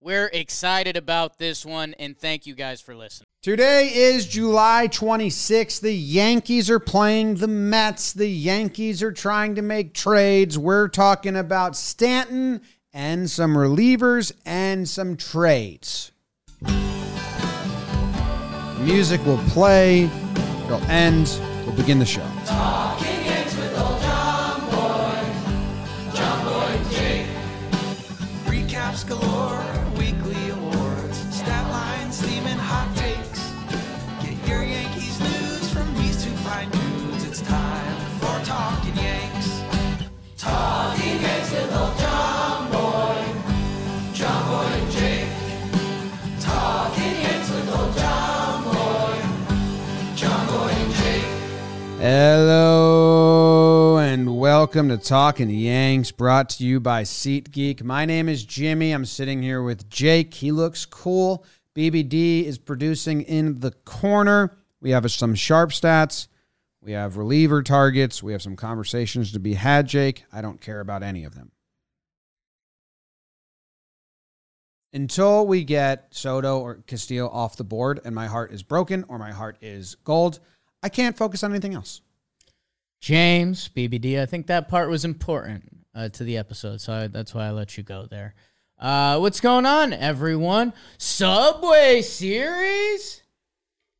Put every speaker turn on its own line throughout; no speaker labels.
we're excited about this one, and thank you guys for listening.
Today is July 26th. The Yankees are playing the Mets. The Yankees are trying to make trades. We're talking about Stanton and some relievers and some trades. The music will play, it'll end, we'll begin the show.
Recaps galore, weekly awards, stat lines, theme, and hot takes. Get your Yankees news from these two fine dudes. It's time for Talking Yanks. Talking Yanks with old John Boy, John Boy and Jake. Talking Yanks with old John Boy, John Boy and Jake.
Hello and welcome to Talking Yanks, brought to you by SeatGeek. My name is Jimmy. I'm sitting here with Jake. He looks cool. BBD is producing in the corner. We have some sharp stats. We have reliever targets. We have some conversations to be had, Jake. I don't care about any of them. Until we get Soto or Castillo off the board and my heart is broken or my heart is gold, I can't focus on anything else.
James, BBD, I think that part was important uh, to the episode, so I, that's why I let you go there. Uh, what's going on, everyone? Subway Series?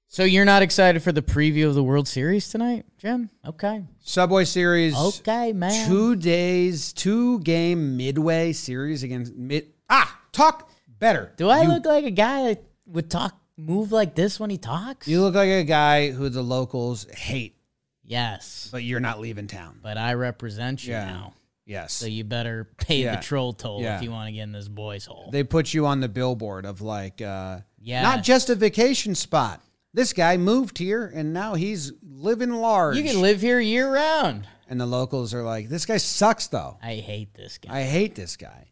So you're not excited for the preview of the World Series tonight, Jim? Okay.
Subway Series.
Okay, man.
Two days, two game midway series against mid. Ah, talk better.
Do I
you,
look like a guy that would talk, move like this when he talks?
You look like a guy who the locals hate,
yes.
but you're not leaving town.
But I represent you
Yeah.
now.
Yes.
So you better pay
Yeah.
the troll toll
Yeah.
if you want to get in this boy's hole.
they put you on the billboard of like, uh,
Yeah.
not just a vacation spot. This guy moved here and now he's living large.
you can live here year round.
and the locals are like, this guy sucks though.
I hate this guy.
I hate this guy.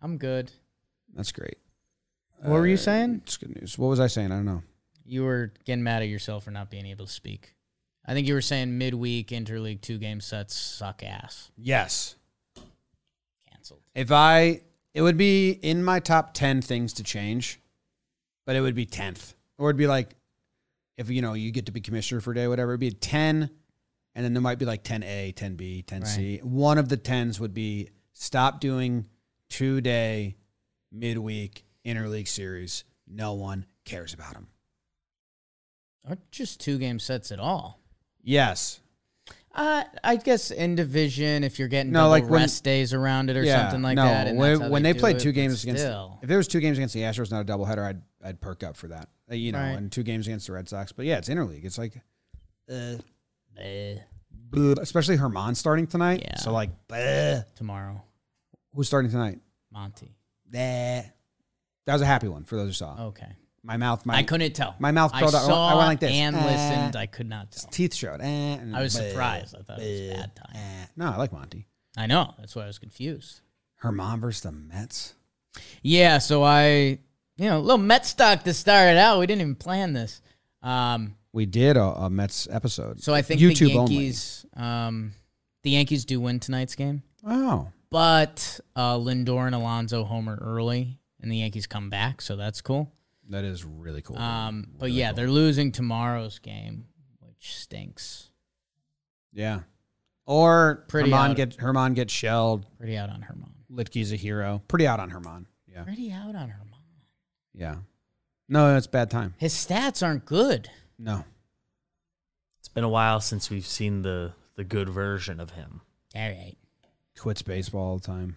I'm good.
That's great.
What were you saying?
It's good news. What was I saying? I don't know.
You were getting mad at yourself for not being able to speak. I think you were saying midweek interleague two game sets suck ass.
Yes.
Canceled.
If I, it would be in my top 10 things to change, but it would be 10th. Or it'd be like, if you know, you get to be commissioner for a day, whatever, it'd be 10. And then there might be like 10A, 10B, 10C. One of the 10s would be stop doing two day, midweek, interleague series. No one cares about them.
Or just two game sets at all.
Yes.
Uh, I guess in division, if you're getting
No,
double
like when-
rest days around it or something like that. and that's
When,
how
when they,
do
played
it,
two
but
games against,
still.
if there was two games against the Astros, not a doubleheader, I'd I'd perk up for that. Uh, You know,
Right.
and two games against the Red Sox. But yeah, it's interleague. It's like, uh,
Eh,
bleh. especially Herman starting tonight.
Yeah.
So like, bleh.
tomorrow,
who's starting tonight?
Monty.
Bleh. That was a happy one for those who saw.
Okay.
My mouth, my
Oh. I couldn't tell.
my mouth
I
curled up. I went-
saw
I went like this.
and
Eh.
listened. I could not tell.
teeth showed. Eh, and
I was
bleh,
surprised. I thought it was bad time.
eh. No, I like Monty.
I know. That's why I was confused.
Herman versus the Mets.
Yeah, so I, you know, a little Met stock to start it out. We didn't even plan this. Um,
We did a, a Mets episode.
so I think
YouTube
the Yankees, um, the Yankees do win tonight's game,
Only. Wow.
but uh, Lindor and Alonso homer early, and the Yankees come back, so that's cool.
That is really cool.
Um, but yeah, they're losing tomorrow's game, which stinks.
Yeah. Or
Pretty
Herman
out.
get Herman gets shelled.
Pretty out on Herman.
Litke's a hero. Pretty out on Herman. Yeah.
Pretty out on Herman.
Yeah. No, it's bad time.
His stats aren't good.
No.
It's been a while since we've seen the the good version of him.
All right.
Quits baseball all the time.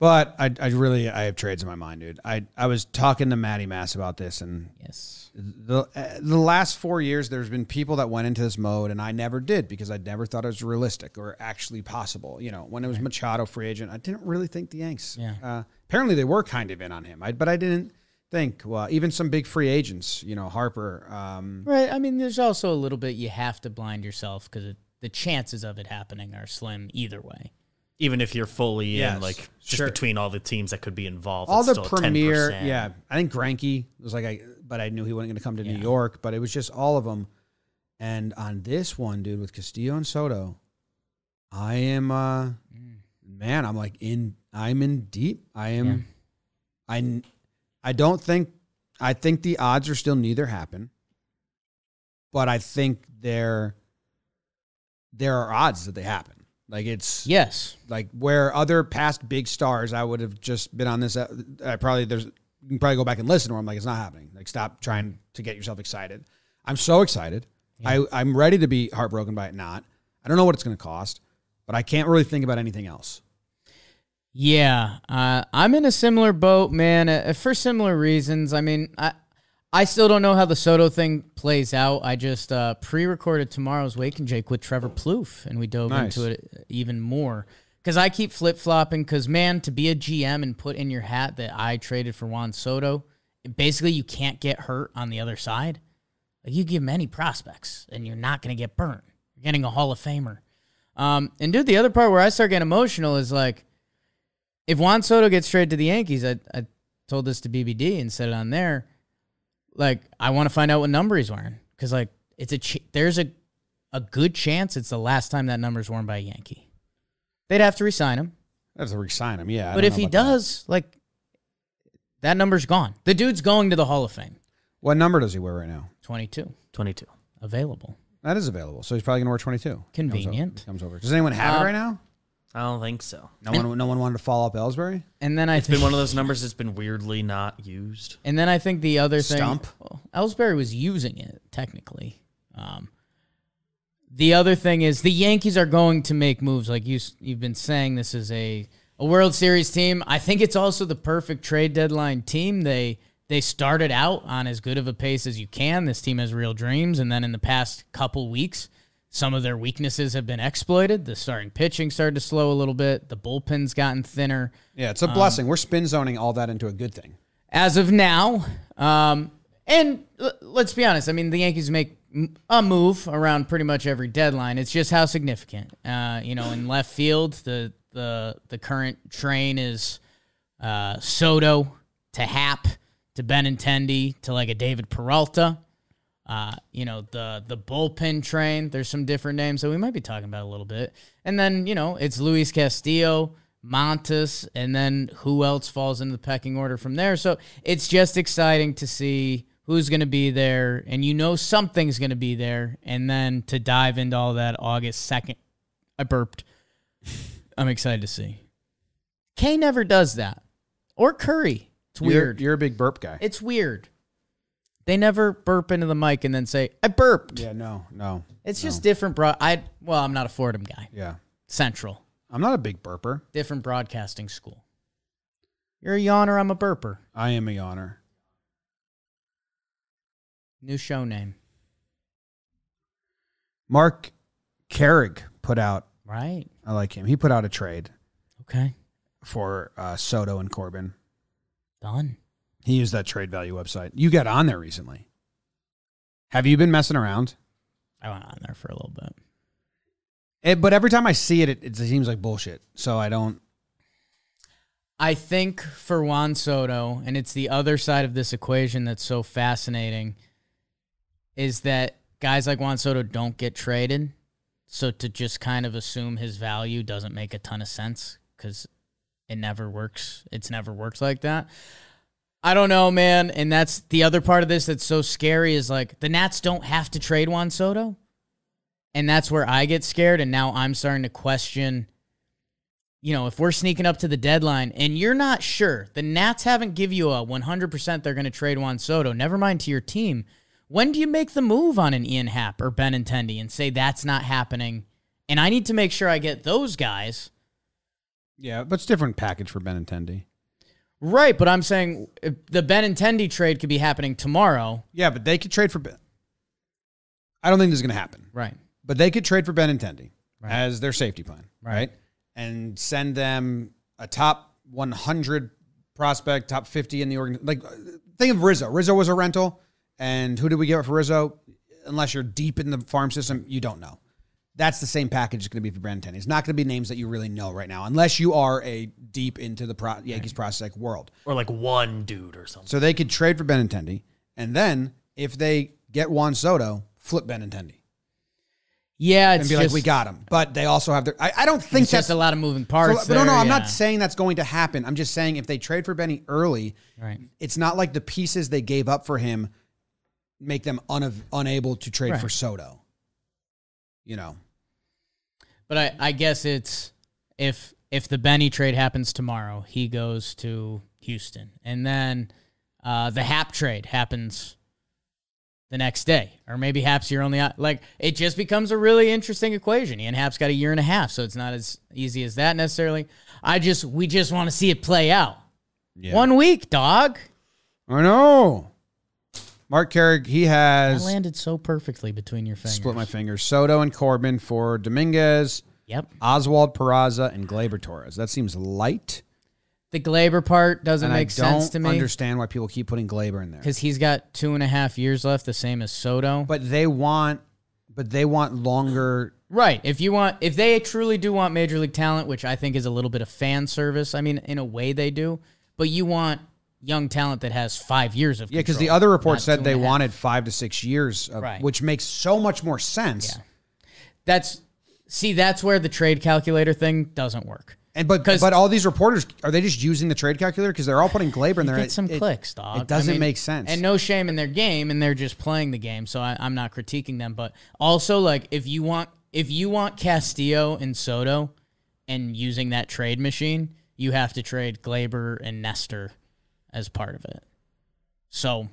But I, I really I have trades in my mind, dude. I, I was talking to Maddie Mass about this, and
Yes.
the uh, the last four years, there's been people that went into this mode, and I never did because I never thought it was realistic or actually possible. You know, when it was Machado free agent, I didn't really think the Yanks.
Yeah.
Uh, apparently, they were kind of in on him, I, but I didn't think. Well, even some big free agents, you know, Harper. Um,
Right. I mean, there's also a little bit you have to blind yourself because the chances of it happening are slim either way.
Even if you're fully
Yes,
in, like just
sure.
between all the teams that could be involved,
all
it's
the
still
premier,
10%.
yeah. I think Granky was like, I, but I knew he wasn't going to come to New York. But it was just all of them. And on this one, dude, with Castillo and Soto, I am, uh,
Mm.
man, I'm like in, I'm in deep. I am, I, n- I don't think, I think the odds are still neither happen, but I think there, there are odds that they happen. Like it's,
Yes.
like where other past big stars I would have just been on this. uh, I probably there's you can probably go back and listen where I'm like it's not happening. Like stop trying to get yourself excited. I'm so excited. I I'm ready to be heartbroken by it not. I don't know what it's going to cost, but I can't really think about anything else.
Yeah, uh, I'm in a similar boat, man, uh, for similar reasons. I mean, I I still don't know how the Soto thing plays out. I just uh, pre-recorded tomorrow's Wake and Jake with Trevor Plouffe, and we dove
Nice.
into it uh, even more because I keep flip-flopping. Because man, to be a GM and put in your hat that I traded for Juan Soto, basically you can't get hurt on the other side. Like you give him any prospects, and you're not going to get burnt. You're getting a Hall of Famer. Um, and dude, the other part where I start getting emotional is like if Juan Soto gets traded to the Yankees, I, I told this to BBD and said it on there. Like, I want to find out what number he's wearing because, like, it's a ch- there's a a good chance it's the last time that number's worn by a Yankee. They'd have to resign him,
I have to resign him, yeah. I
but
don't
if
know
he
about that.
does, like, that number's gone. The dude's going to the Hall of Fame.
what number does he wear right now?
Twenty two
twenty-two.
available.
That is available, so he's probably going to wear 22. Comes o-
Convenient.
Comes over. Does anyone have
Um,
it right now?
I don't think so.
No one. No one wanted to follow up Ellsbury.
And then I
It's
think,
been one of those numbers that's been weirdly not used.
and then I think the other thing,
Stump.
well, Ellsbury was using it technically. Um, The other thing is the Yankees are going to make moves. Like you, s- you've been saying, this is a, a World Series team. I think it's also the perfect trade deadline team. They they started out on as good of a pace as you can. This team has real dreams, and then in the past couple weeks, some of their weaknesses have been exploited. The starting pitching started to slow a little bit. The bullpen's gotten thinner.
Yeah,
Um,
it's a blessing. We're spin zoning all that into a good thing.
as of now. Um, and l- let's be honest. I mean, the Yankees make m- a move around pretty much every deadline. It's just how significant. Uh, you know, in left field, the the the current train is uh, Soto to Hap to Benintendi to like a David Peralta. Uh, you know the the bullpen train. There's some different names that we might be talking about a little bit, and then you know it's Luis Castillo, Montes, and then who else falls into the pecking order from there. So it's just exciting to see who's going to be there, and you know something's going to be there, and then to dive into all that August second. I burped. I'm excited to see. Kay never does that, or Curry. It's
You're-
weird.
you're a big burp guy.
It's weird. They never burp into the mic and then say, I burped.
Yeah, no, no.
It's just different broad I well, I'm not a Fordham guy.
Yeah.
Central.
I'm not a big burper.
Different broadcasting school. You're a yawner, I'm a burper.
I am a yawner.
New show name.
Mark Carrig put out,
Right.
I like him. He put out a trade
Okay.
for uh, Soto and Corbin.
Done.
He used that trade value website. You got on there recently. Have you been messing around?
I went on there for a little bit.
It, Eh, but every time I see it, it, it seems like bullshit. So I don't.
I think for Juan Soto, and it's the other side of this equation that's so fascinating, is that guys like Juan Soto don't get traded. So to just kind of assume his value doesn't make a ton of sense because it never works. It's never worked like that. I don't know, man. And that's the other part of this that's so scary is like the Nats don't have to trade Juan Soto. And that's where I get scared. And now I'm starting to question you know, if we're sneaking up to the deadline and you're not sure, the Nats haven't give you a 100% they're going to trade Juan Soto, never mind to your team. When do you make the move on an Ian Happ or Benintendi and say that's not happening? And I need to make sure I get those guys
Yeah, but it's different package for Benintendi.
right. But I'm saying uh, the Benintendi trade could be happening tomorrow.
Yeah, but they could trade for. Ben- I don't think this is going to happen.
Right.
But they could trade for Benintendi
Right.
as their safety plan,
Right.
right? And send them a top 100 prospect, top 50 in the organ. Like, uh, think of Rizzo. Rizzo was a rental. And who did we get for Rizzo? Unless you're deep in the farm system, you don't know. That's the same package it's going to be for Brandon Tenney. It's not going to be names that you really know right now, unless you are a deep into the pro- Yankees prospect world.
or like one dude or something.
So they could trade for Benintendi, and then if they get Juan Soto, flip Benintendi
Yeah, it's
and be
just,
like, we got him. But they also have their. I, I don't think
It's
that's
just a lot of moving parts.
no, no,
there,
I'm
yeah.
not saying that's going to happen. I'm just saying if they trade for Benny early,
Right.
it's not like the pieces they gave up for him make them unav- unable to trade for Soto. You know,
But I, I guess it's if if the Benny trade happens tomorrow, he goes to Houston, and then uh, the Hap trade happens the next day, or maybe Hap's your only op- like. It just becomes a really interesting equation. Ian Hap's got a year and a half, so it's not as easy as that necessarily. I just we just want to see it play out. One week, dog.
I know. Mark Carrick, he
I
has
landed so perfectly between your fingers.
split my fingers. Soto and Corbin for Dominguez,
Yep.
Oswald Peraza, and Glaber Torres. That seems light,
The Glaber part doesn't
and
make
I don't
sense to me
understand why people keep putting Glaber in there.
because he's got two and a half years left, the same as Soto.
But they want, but they want longer
Right. If you want, if they truly do want major league talent, which I think is a little bit of fan service. I mean, in a way they do, but you want young talent that has five years of
Yeah, because the
control,
other report
not two
said
and
they
a half.
wanted five to six years, of,
Right.
which makes so much more sense.
Yeah. that's see that's where the trade calculator thing doesn't work.
And but
'Cause-
but all these reporters are they just using the trade calculator because they're all putting Glaber in there?
Get some
It- it-
clicks, dog. I
It doesn't
mean,
make sense.
And no shame in their game, and they're just playing the game. So I, I'm not critiquing them, but also like if you want if you want Castillo and Soto, and using that trade machine, you have to trade Glaber and Nestor as part of it. So,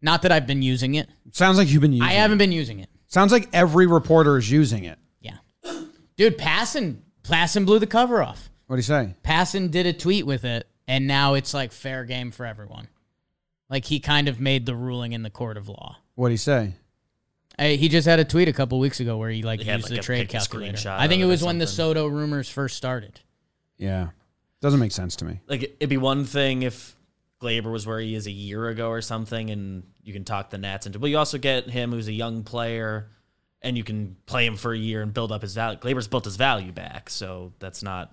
not that I've been using it.
sounds like you've been using.
I
it.
haven't been using it.
Sounds like every reporter is using it.
Yeah, dude, Passon Passon blew the cover off.
What do you say?
Passon did a tweet with it, and now it's like fair game for everyone. Like he kind of made the ruling in the court of law.
What do you say?
Uh, he just had a tweet a couple weeks ago where he like
He had,
used
like,
the
a
trade
pic- a
calculator.
screenshot
I think it
of it or
was when the
something.
Soto rumors first started.
Yeah, doesn't make sense to me.
Like it'd be one thing if Glaber was where he is a year ago or something, and you can talk the Nats into. But you also get him who's a young player, and you can play him for a year and build up his value. Glaber's built his value back, so that's not.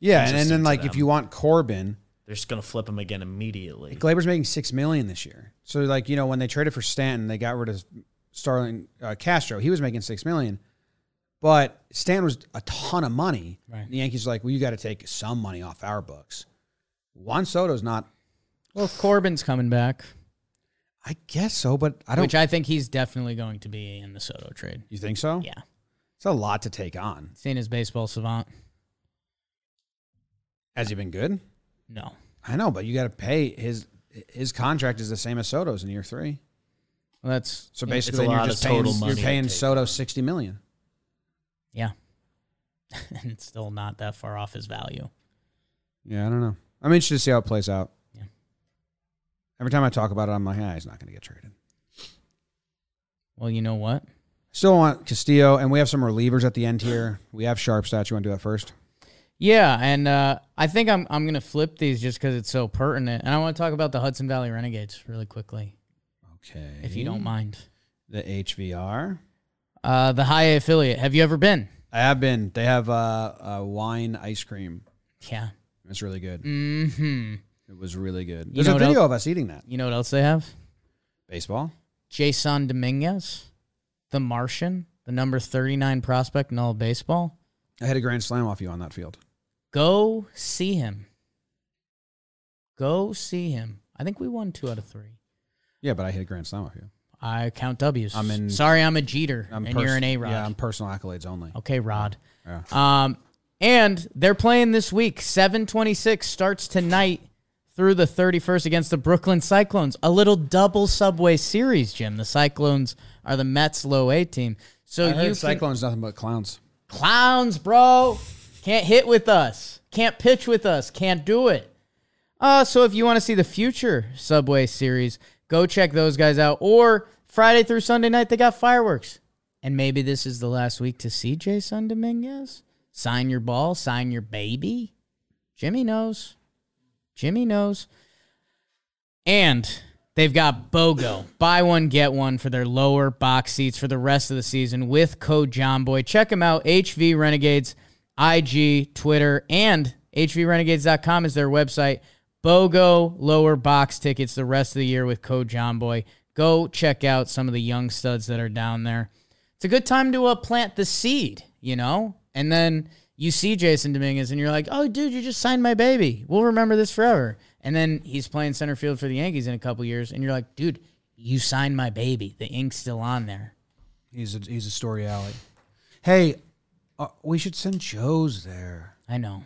Yeah, and, and
Interesting
then
to
like if
them.
you want Corbin,
They're just gonna flip him again immediately.
Glaber's making six million this year. So like you know when they traded for Stanton, they got rid of Starling uh, Castro. He was making six million, but Stanton was a ton of money.
Right.
The Yankees were like, well, you got to take some money off our books. Juan Soto's not.
Well, if Corbin's coming back,
I guess so, but I don't.
which I think he's definitely going to be in the Soto trade.
you think so?
Yeah,
it's a lot to take on.
seen his baseball savant.
Has he been good?
No,
I know, but you got to pay his his contract is the same as Soto's in year three.
well, that's
So
yeah,
basically,
lot
you're
of
just
total
paying,
money
you're
to
paying
take
Soto sixty million.
yeah, and it's still not that far off his value.
Yeah, I don't know. I'm interested to see how it plays out.
Yeah.
Every time I talk about it, I'm like, ah, he's not going to get traded.
Well, you know what?
Still want Castillo, and we have some relievers at the end here. We have Sharp You want to do that first?
Yeah, and uh, I think I'm I'm gonna flip these just because it's so pertinent, and I want to talk about the Hudson Valley Renegades really quickly,
Okay.
if you don't mind.
The HVR.
Uh, the high A affiliate. Have you ever been?
I have been. They have uh, uh, wine ice cream.
Yeah.
It's really good.
Hmm.
It was really good.
You
There's
know
a
what else-
video of us eating that.
You know what else they have?
Baseball.
Jason Dominguez, the Martian, the number 39 prospect in all of baseball.
I had a grand slam off you on that field.
Go see him. Go see him. I think we won two out of three.
Yeah, but I hit a grand slam off you.
I count W's.
I'm in-
Sorry, I'm a Jeter, and
pers-
you're an A Rod.
Yeah, I'm personal accolades only.
okay, Rod.
Yeah.
Um, and they're playing this week. 726 starts tonight through the 31st against the Brooklyn Cyclones. A little double subway series, Jim. The Cyclones are the Mets low A team. So
I heard
you can,
Cyclones nothing but clowns.
clowns, bro. Can't hit with us. Can't pitch with us. Can't do it. Uh, so if you want to see the future Subway series, go check those guys out. Or Friday through Sunday night, they got fireworks. And maybe this is the last week to see Jason Dominguez. Sign your ball, sign your baby. Jimmy knows. Jimmy knows. And they've got BOGO. Buy one, get one for their lower box seats for the rest of the season with code JOHNBOY. Check them out, HV Renegades, IG, Twitter, and HVRenegades.com is their website. BOGO lower box tickets the rest of the year with code JOHNBOY. Go check out some of the young studs that are down there. It's a good time to uh, plant the seed, you know? And then you see Jason Dominguez and you're like, oh, dude, you just signed my baby. We'll remember this forever. And then he's playing center field for the Yankees in a couple years, and you're like, dude, you signed my baby. The ink's still on there.
He's a, he's a story alley. Hey, uh, we should send Joe's there.
I know.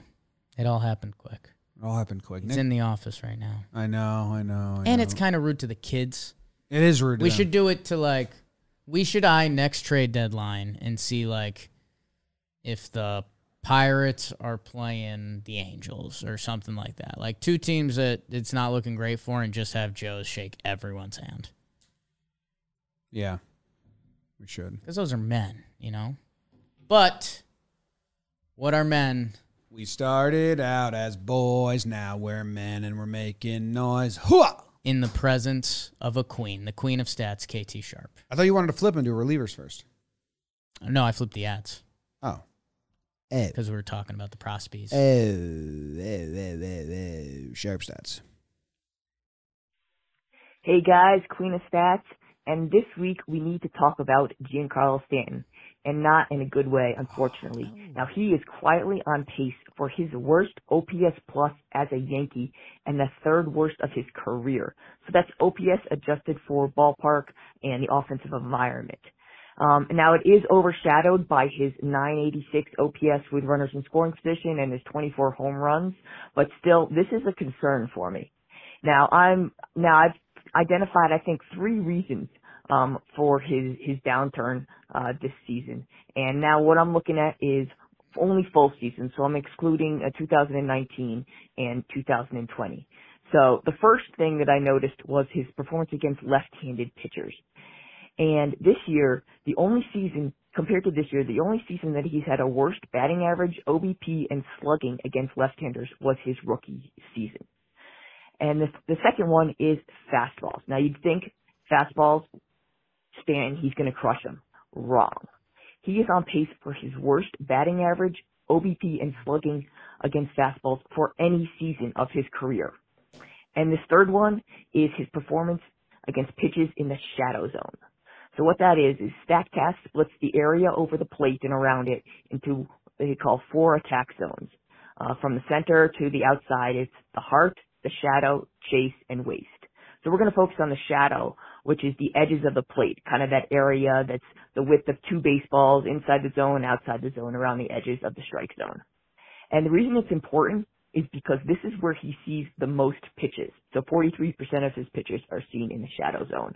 It all happened quick.
It all happened quick.
It's
Nick-
in the office right now.
I know, I know. I
And
know.
it's kind of rude to the kids.
it is rude. to
We
them.
should do it to like we should eye next trade deadline and see like if the Pirates are playing the Angels or something like that. Like two teams that it's not looking great for and just have Joe's shake everyone's hand.
Yeah, we should.
Because those are men, you know? But what are men?
We started out as boys, now we're men, and we're making noise. Hooah!
In the presence of a queen, the queen of stats, KT Sharp.
I thought you wanted to flip into relievers first.
No, I flipped the ads
Oh, Eh.
because we were talking about the prospies.
oh, oh, eh, oh, oh, oh. sharp stats.
Hey guys, Queen of Stats, and this week we need to talk about Giancarlo Stanton, and not in a good way, unfortunately. Now he is quietly on pace for his worst OPS plus as a Yankee, and the third worst of his career. So that's OPS adjusted for ballpark and the offensive environment. Um, now it is overshadowed by his 986 OPS with runners in scoring position and his 24 home runs, but still, this is a concern for me. Now I'm now I've identified I think three reasons um, for his his downturn uh, this season, and now what I'm looking at is only full season, so I'm excluding uh, 2019 and 2020. So the first thing that I noticed was his performance against left-handed pitchers. And this year, the only season compared to this year, the only season that he's had a worst batting average, OBP, and slugging against left-handers was his rookie season. And the, the second one is fastballs. Now you'd think fastballs, Stanton, he's going to crush them. Wrong. He is on pace for his worst batting average, OBP, and slugging against fastballs for any season of his career. And this third one is his performance against pitches in the shadow zone. So what that is, is StatCast splits the area over the plate and around it into what they call four attack zones. Uh, from the center to the outside, it's the heart, the shadow, chase, and waist. So we're going to focus on the shadow, which is the edges of the plate, kind of that area that's the width of two baseballs inside the zone, outside the zone, around the edges of the strike zone. And the reason it's important is because this is where he sees the most pitches. So 43% of his pitches are seen in the shadow zone.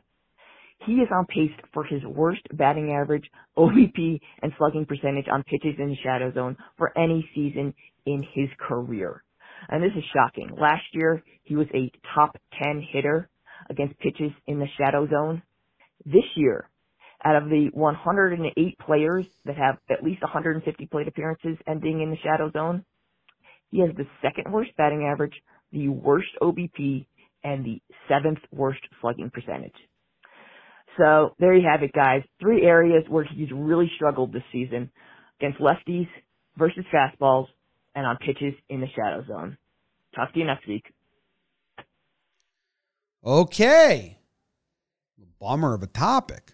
He is on pace for his worst batting average, OBP, and slugging percentage on pitches in the shadow zone for any season in his career. And this is shocking. Last year, he was a top 10 hitter against pitches in the shadow zone. This year, out of the 108 players that have at least 150 plate appearances ending in the shadow zone, he has the second worst batting average, the worst OBP, and the seventh worst slugging percentage. So there you have it, guys. Three areas where he's really struggled this season against lefties versus fastballs and on pitches in the shadow zone. Talk to you next week.
Okay. Bummer of a topic.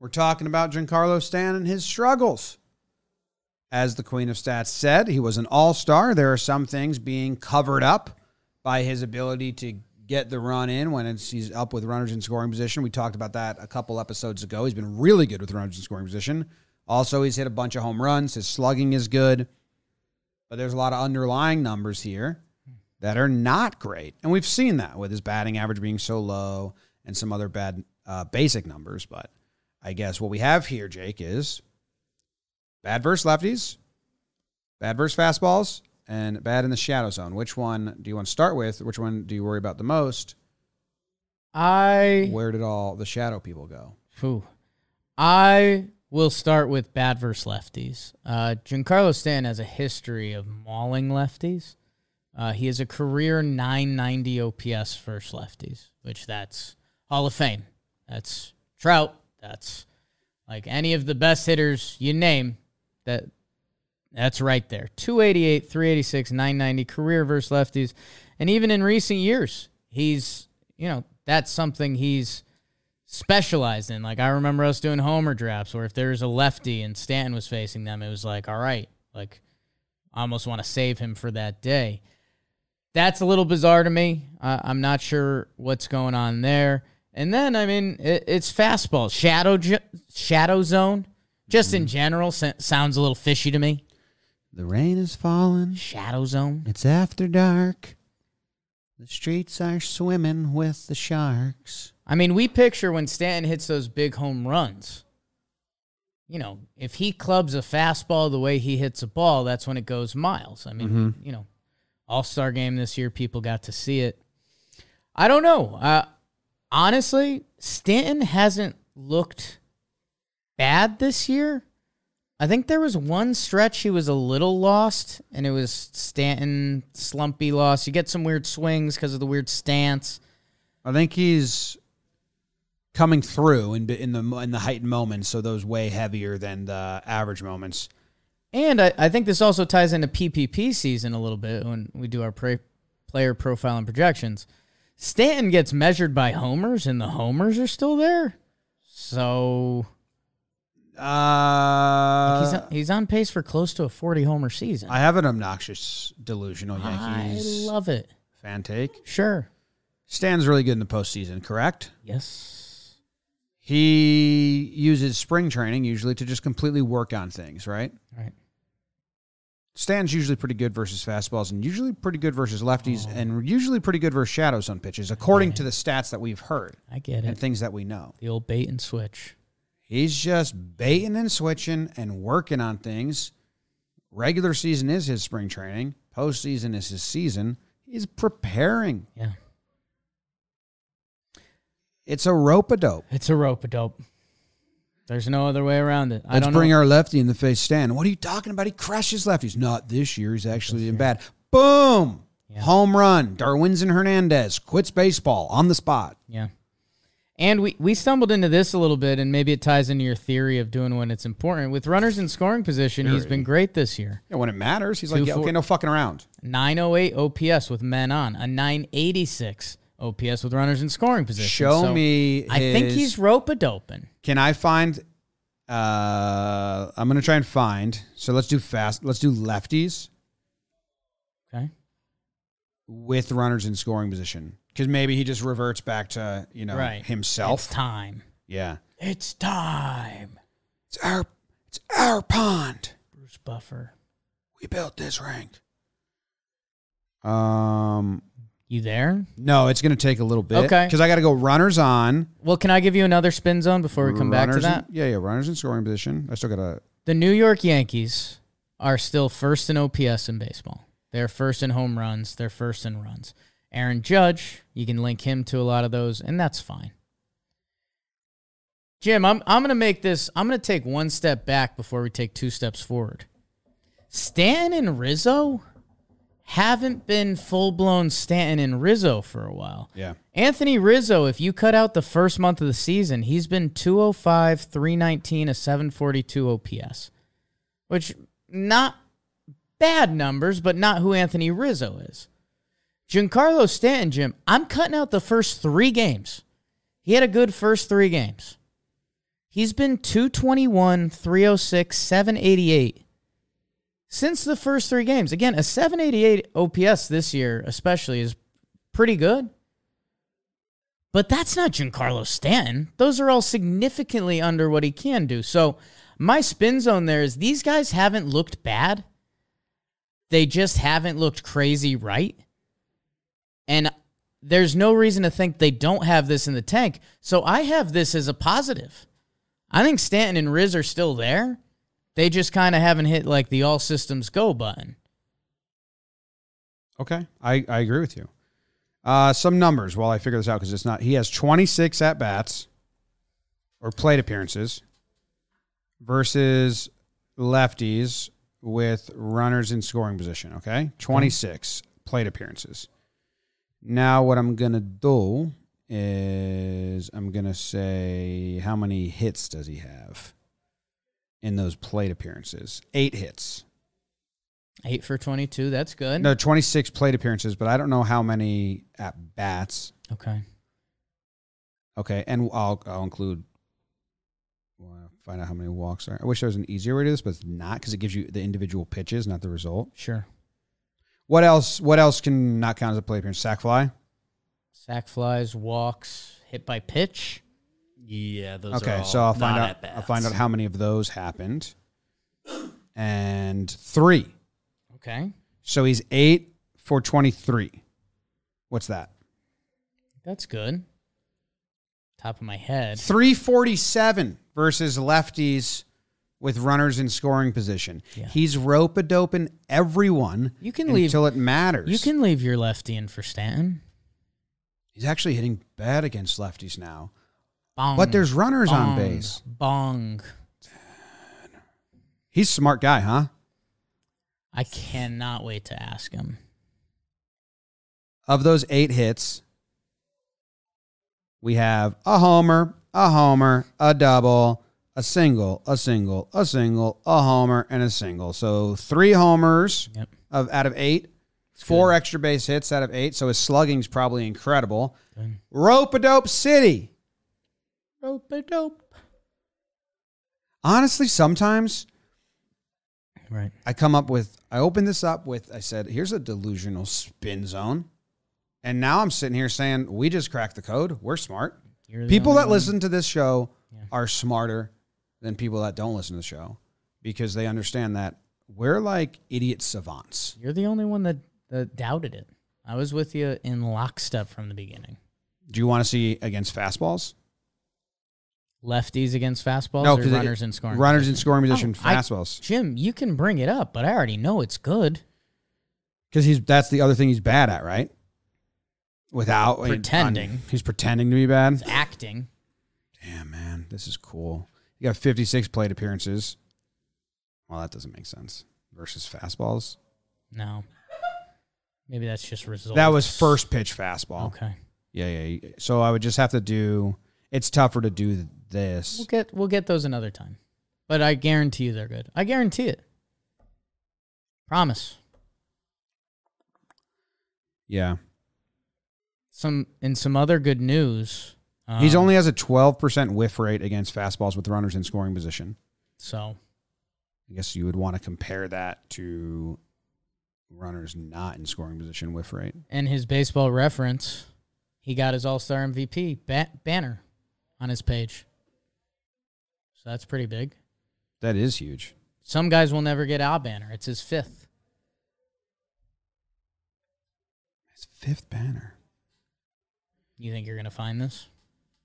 We're talking about Giancarlo Stanton and his struggles. As the Queen of Stats said, he was an all star. There are some things being covered up by his ability to get the run in when it's, he's up with runners in scoring position. We talked about that a couple episodes ago. He's been really good with runners in scoring position. Also, he's hit a bunch of home runs. His slugging is good. But there's a lot of underlying numbers here that are not great. And we've seen that with his batting average being so low and some other bad uh, basic numbers. But I guess what we have here, Jake, is bad versus lefties, bad versus fastballs, and bad in the shadow zone. Which one do you want to start with? Which one do you worry about the most?
I
Where did all the shadow people go?
Whew. I will start with bad versus lefties. Uh, Giancarlo Stanton has a history of mauling lefties. Uh, he is a career 990 OPS versus lefties, which that's Hall of Fame. That's Trout. That's like any of the best hitters you name. That that's right there. 288, 386, 990 career versus lefties, and even in recent years, he's you know that's something he's specialized in. Like I remember us doing homer drafts where if there was a lefty and Stanton was facing them, it was like, all right, like I almost want to save him for that day. That's a little bizarre to me. Uh, I'm not sure what's going on there. And then I mean, it, it's fastball shadow j- shadow zone. Just in general, sa- sounds a little fishy to me.
The rain is falling.
Shadow zone.
It's after dark. The streets are swimming with the sharks.
I mean, we picture when Stanton hits those big home runs. You know, if he clubs a fastball the way he hits a ball, that's when it goes miles. I mean, you know, All Star game this year, people got to see it. I don't know. Uh, honestly, Stanton hasn't looked bad this year. I think there was one stretch he was a little lost, and it was Stanton slumpy loss. You get some weird swings because of the weird stance.
I think he's coming through in in the in the heightened moments, so those way heavier than the average moments.
And I, I think this also ties into PPP season a little bit when we do our pra- player profile and projections. Stanton gets measured by homers, and the homers are still there. So
Uh,
he's, on, he's on pace for close to a 40 homer season. I,
I have an obnoxious, delusional Yankees
love it.
fan take.
Sure.
Stan's really good in the postseason, correct?
Yes.
He uses spring training usually to just completely work on things, right?
Right.
Stan's usually pretty good versus fastballs and usually pretty good versus lefties
Oh.
and usually pretty good versus shadow zone pitches, according to the stats that we've heard
I get
and
it.
things that we know.
The old bait and switch.
He's just baiting and switching and working on things. Regular season is his spring training, postseason is his season. He's preparing.
Yeah.
It's a rope a dope.
It's a rope a dope. There's no other way around it. I
Let's
don't
bring
know.
our lefty in the face stand. What are you talking about? He crushes lefties. Not this year. He's actually in bad. Boom. Home run. Darwin's and Hernandez quits baseball on the spot.
Yeah. And we, we stumbled into this a little bit, and maybe it ties into your theory of doing when it's important. With runners in scoring position, he's been great this year. oh
Yeah, when it matters, he's like, yeah,
four-
okay, no fucking around.
908 OPS with men on, a 986 OPS with runners in scoring position.
Show
So
me.
I think
his-
he's rope a doping.
Can I find? Uh, I'm gonna try and find. So let's do fast. Let's do lefties
Okay.
with runners in scoring position because maybe he just reverts back to you know
right.
himself.
It's time.
yeah,
It's time.
it's our it's our pond.
Bruce Buffer.
We built this rink. Um,
You there?
no, it's gonna take a little bit.
Okay.
because I got to go runners on.
Well, can I give you another spin zone before we come back to
runners in-
that?
yeah, yeah, runners in scoring position. I still gotta.
The New York Yankees are still first in OPS in baseball. They're first in home runs. They're first in runs. Aaron Judge, you can link him to a lot of those, and that's fine. Jim, I'm, I'm going to make this, I'm going to take one step back before we take two steps forward. Stanton and Rizzo haven't been full blown Stanton and Rizzo for a while.
Yeah,
Anthony Rizzo, if you cut out the first month of the season, he's been 205, 319, a 742 OPS, which not bad numbers, but not who Anthony Rizzo is. Giancarlo Stanton, Jim, I'm cutting out the first three games. He had a good first three games. He's been 221, 306, 788 since the first three games. Again, a 788 OPS this year, especially, is pretty good. But that's not Giancarlo Stanton. Those are all significantly under what he can do. So my spin zone there is these guys haven't looked bad. They just haven't looked crazy right. And there's no reason to think they don't have this in the tank. So I have this as a positive. I think Stanton and Riz are still there. They just kind of haven't hit like the all systems go button.
Okay, I, I agree with you. Uh, some numbers while I figure this out because it's not. He has 26 at bats or plate appearances versus lefties with runners in scoring position. Okay, 26 plate appearances. Now, what I'm going to do is I'm going to say how many hits does he have in those plate appearances? Eight hits.
Eight for 22. That's good.
No, 26 plate appearances, but I don't know how many at bats.
Okay.
Okay, and I'll I'll include. Well, I'll find out how many walks are. I wish there was an easier way to do this, but it's not because it gives you the individual pitches, not the result.
Sure.
What else? What else can not count as a plate appearance? Sack fly.
Sack flies, walks, hit by pitch.
Yeah, those are
okay,
all
so I'll find
not
out.
at-bats.
I'll find out how many of those happened. And three.
Okay.
So he's eight for twenty-three. What's that?
That's good. Top of my head.
347 versus lefties with runners in scoring position. He's rope a doping everyone
You can leave.
until it matters.
You can leave your lefty in for Stanton.
He's actually hitting bad against lefties now.
Bong.
But there's runners
bong,
on base.
Bong.
He's a smart guy, huh?
I cannot wait to ask him.
Of those eight hits, we have a homer, a homer, a double, a single, a single, a single, a homer, and a single. So three homers
Yep.
of out of eight, four extra base hits out of eight. So his slugging's probably incredible.
Good.
Rope a dope city.
Rope a dope.
Honestly, sometimes
Right.
I come up with, I opened this up with, I said, here's a delusional spin zone. And now I'm sitting here saying, we just cracked the code. We're smart.
You're the
People
only
that
one.
listen to this show
Yeah.
are smarter than people that don't listen to the show because they understand that we're like idiot savants.
You're the only one that, that doubted it. I was with you in lockstep from the beginning.
Do you want to see against fastballs?
Lefties against fastballs or
'cause it-
runners in scoring.
Runners in
position?
scoring position,
Oh, I-
fastballs.
Jim, you can bring it up, but I already know it's good.
Because he's that's the other thing he's bad at, right? Without on-
Pretending.
he's pretending to be bad.
It's acting.
Damn, man, this is cool. You got 56 plate appearances. Well, that doesn't make sense. Versus fastballs.
No. Maybe that's just results.
That was first pitch fastball.
Okay.
Yeah, yeah. yeah. So I would just have to do. It's tougher to do
We'll
this.
get we'll get those another time. But I guarantee you they're good. I guarantee it. Promise.
Yeah,
Some in some other good news. Um,
he's only has a 12% whiff rate against fastballs with runners in scoring position.
so
I guess you would want to compare that to runners not in scoring position whiff rate.
in his baseball reference, he got his All Star MVP ba- banner on his page. So that's pretty big.
That is huge.
Some guys will never get our banner. It's his fifth.
His fifth banner.
You think you're gonna find this?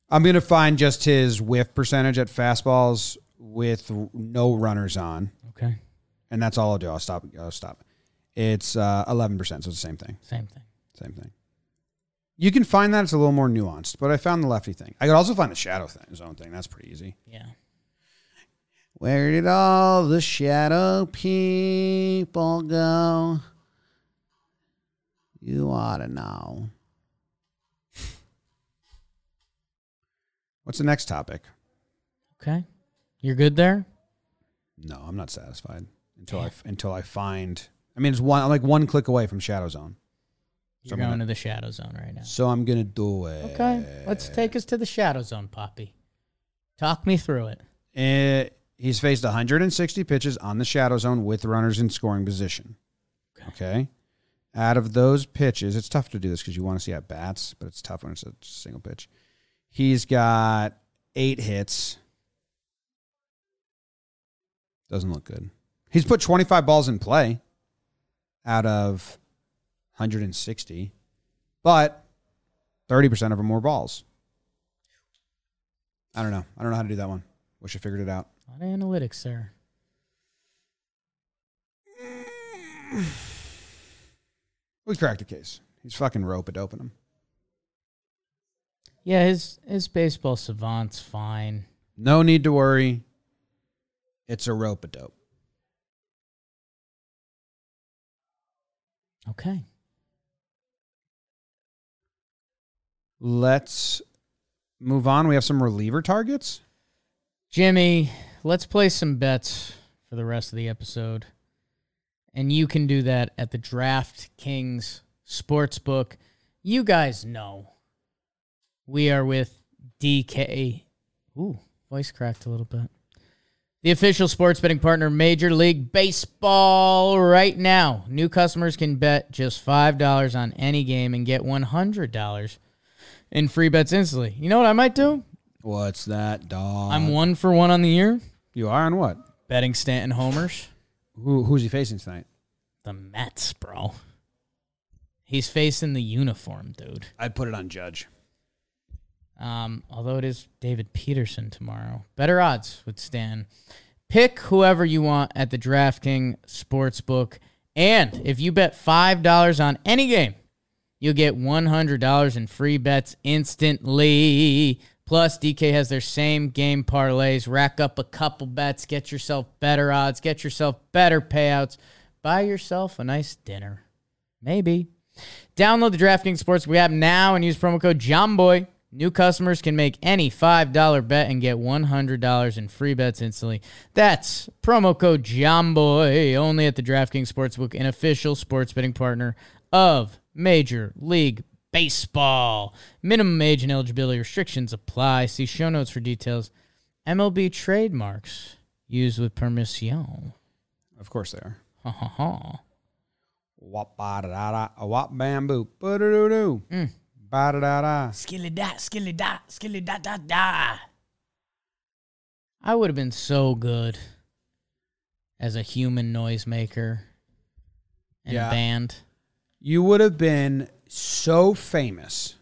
I'm gonna find just his whiff percentage at fastballs with no runners on,
Okay.
and that's all I'll do. I'll stop. I'll stop. It's uh, eleven percent, so it's the same thing.
Same thing.
Same thing. You can find that it's a little more nuanced, but I found the lefty thing. I could also find the shadow thing, zone thing. That's pretty easy.
Yeah.
Where did all the shadow people go? You ought to know. What's the next topic?
Okay. You're good there?
No, I'm not satisfied until I until I find. I mean, it's one. I'm like one click away from Shadow Zone,
You're
Something
going to the shadow zone right now.
so I'm gonna do it.
Okay. Let's take us to the shadow zone, Poppy. Talk me through it.
Eh, he's faced 160 pitches on the shadow zone with runners in scoring position. Okay. Out of those pitches, it's tough to do this because you want to see at bats, but it's tough when it's a single pitch. He's got eight hits. Doesn't look good. He's put 25 balls in play out of 160, but 30% of them were balls. I don't know. I don't know how to do that one. Wish I figured it out.
A lot of analytics there.
We cracked the case. He's fucking rope at opening him.
Yeah, his his baseball savant's fine.
No need to worry. It's a rope a dope.
Okay.
Let's move on. We have some reliever targets.
Jimmy, let's play some bets for the rest of the episode. And you can do that at the DraftKings Sportsbook. You guys know we are with DK. Ooh, voice cracked a little bit. The official sports betting partner, Major League Baseball, right now. New customers can bet just $5 on any game and get $100 in free bets instantly. You know what I might do?
What's that, dog?
I'm one for one on the year
You are on what?
betting Stanton homers.
Who, who's he facing tonight?
The Mets, bro. He's facing the uniform, dude.
I'd put it on Judge.
Um, although it is David Peterson tomorrow. Better odds with Stan. Pick whoever you want at the DraftKings Sportsbook. And if you bet $5 on any game, you'll get $100 in free bets instantly. Plus, DK has their same game parlays. Rack up a couple bets, get yourself better odds, get yourself better payouts, buy yourself a nice dinner. Maybe. Download the DraftKings Sportsbook app now and use promo code JOMBOY. New customers can make any $5 bet and get $100 in free bets instantly. That's promo code JOMBOY only at the DraftKings Sportsbook, an official sports betting partner of Major League Baseball. Minimum age and eligibility restrictions apply. See show notes for details. MLB trademarks used with permission.
Of course they are.
Ha ha ha.
Wop ba da da da, a wop bamboo, ba da doo doo, ba da da da.
Skilly da, skilly da, skilly da da da. I would have been so good as a human noisemaker and
Yeah.
band.
You would have been so famous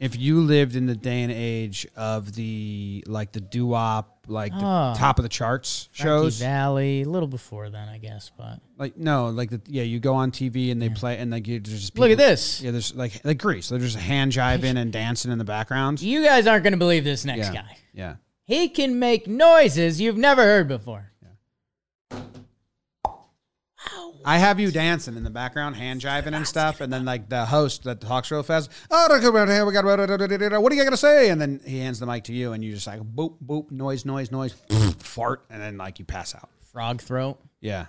if you lived in the day and age of the like the doo wop, like the
Oh.
top of the charts
Frankie
shows.
Valley, a little before then, I guess. But
Like no, like the yeah, you go on TV and they play and like you there's just
look at
people-
this.
Yeah, there's like like Greece. They're just hand jiving and dancing in the background.
You guys aren't going to believe this next
Yeah,
guy.
yeah.
He can make noises you've never heard before.
I have you dancing in the background, hand jiving and stuff, and then like the host that talks real fast. Oh, look over here, we got. What are you gonna say? And then he hands the mic to you, and you just like boop boop noise noise noise fart, and then like you pass out.
Frog throat.
Yeah.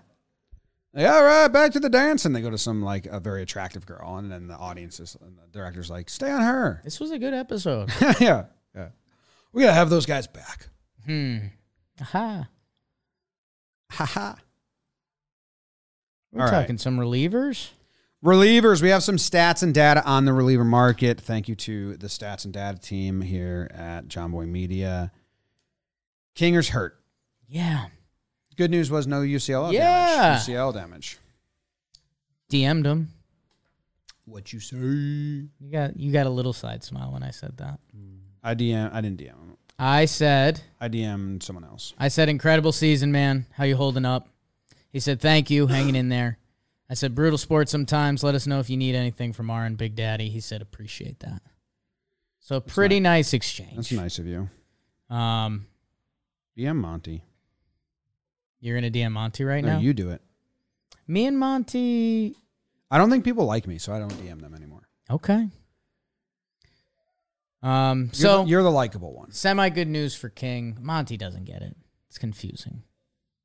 Like, all right, back to the dance, and they go to some like a very attractive girl, and then the audience is, and the director's like, stay on her.
This was a good episode.
yeah, yeah. We gotta have those guys back.
hmm. Aha.
Haha.
We're
All right.
talking some relievers.
Relievers, we have some stats and data on the reliever market. Thank you to the stats and data team here at John Boy Media. Kinger's hurt.
Yeah.
Good news was no UCL
Yeah.
damage. UCL damage.
DM'd him.
What you say?
You got you got a little side smile when I said that.
I DM. I didn't DM. him.
I said
I DM'd someone else.
I said incredible season, man. How you holding up? He said thank you, hanging in there. I said brutal sport sometimes. Let us know if you need anything from our and Big Daddy. He said appreciate that. So pretty nice exchange.
That's nice of you.
Um,
DM Monty.
you're gonna DM Monty right
No,
now.
you do it.
Me and Monty.
I don't think people like me, so I don't DM them anymore.
Okay. Um.
You're
So
the, you're the likable one.
semi good news for King. Monty doesn't get it. It's confusing.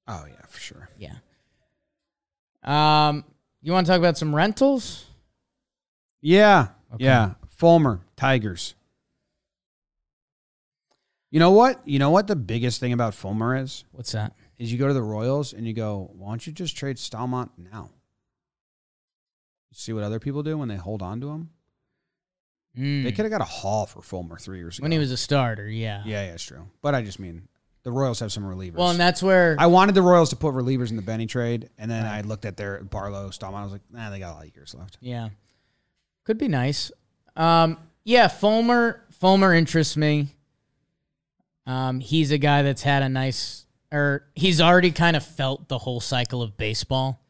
Oh yeah, for sure.
Yeah. Um, you want to talk about some rentals?
Yeah.
Okay.
Yeah. Fulmer, Tigers. You know what? You know what the biggest thing about Fulmer is?
What's that?
Is you go to the Royals and you go, why don't you just trade Stalmont now? See what other people do when they hold on to him? They
Mm.
could have got a haul for Fulmer three years ago.
When he was a starter, yeah.
yeah, yeah, it's true. But I just mean the Royals have some relievers.
Well, and that's where
I wanted the Royals to put relievers in the Benny trade, and then I looked at their Barlow, Stalmont. I was like, nah, they got a lot of years left.
yeah could be nice. Um, yeah, Fulmer Fulmer interests me. Um, he's a guy that's had a nice, or he's already kind of felt the whole cycle of baseball,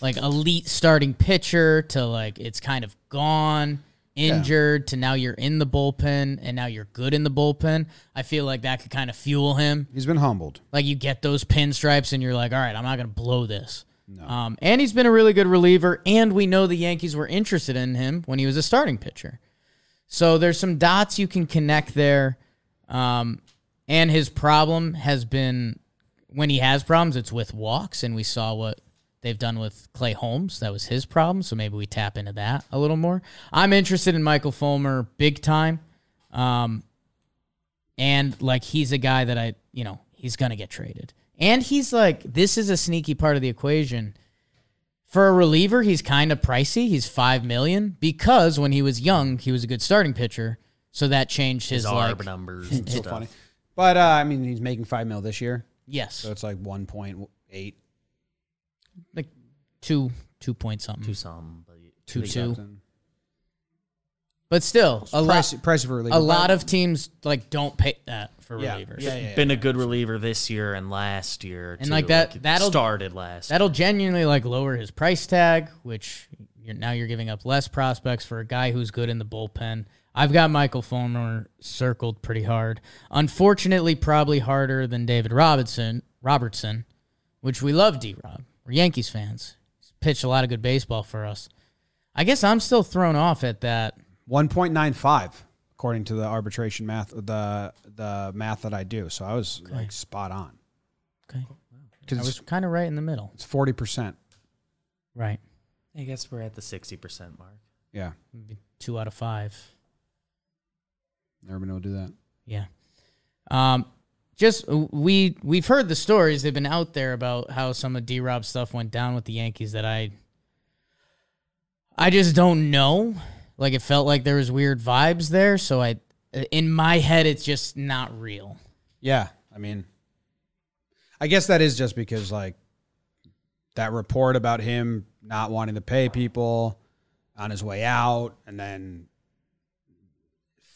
like elite starting pitcher to like it's kind of gone, injured to now you're in the bullpen and now you're good in the bullpen. I feel like that could kind of fuel him.
He's been humbled.
Like you get those pinstripes and you're like, all right, I'm not going to blow this. Um, and he's been a really good reliever, and we know the Yankees were interested in him when he was a starting pitcher. So there's some dots you can connect there. Um, and his problem has been when he has problems, it's with walks. And we saw what they've done with Clay Holmes. That was his problem. So maybe we tap into that a little more. I'm interested in Michael Fulmer big time. Um, and like he's a guy that I, you know, he's going to get traded. And he's like, this is a sneaky part of the equation for a reliever, he's kind of pricey. He's five million because when he was young, he was a good starting pitcher, so that changed his,
His
like,
ARB numbers. And
So
stuff.
funny. But uh, I mean, he's making five mil this year,
yes,
so it's like one point eight.
like two two point something,
To some, but
two two.
something.
But still, a
price,
lot
price for a
a lot of teams like don't pay that for
yeah, yeah,
relievers.
yeah, yeah.
been a good reliever this year and last year,
And
too.
like that-
it
that'll-
started last.
That'll genuinely like lower his price tag, which you're, now you're giving up less prospects for a guy who's good in the bullpen. I've got Michael Fulmer circled pretty hard. Unfortunately, probably harder than David Robinson, Robertson, which we love D Rob. We're Yankees fans. He's pitched a lot of good baseball for us. I guess I'm still thrown off at that.
one point nine five, according to the arbitration math, the the math that I do. So I was like spot on
Okay. I
because
was kind of right in the middle.
it's forty percent.
Right.
I guess we're at the sixty percent mark.
Yeah,
Maybe two out of five.
everybody will do that.
Yeah. Um, just we we've heard the stories. They've been out there about how some of D Rob stuff went down with the Yankees that I I just don't know. Like it felt like there was weird vibes there, so I in my head it's just not real.
Yeah, I mean, I guess that is just because like that report about him not wanting to pay people on his way out, and then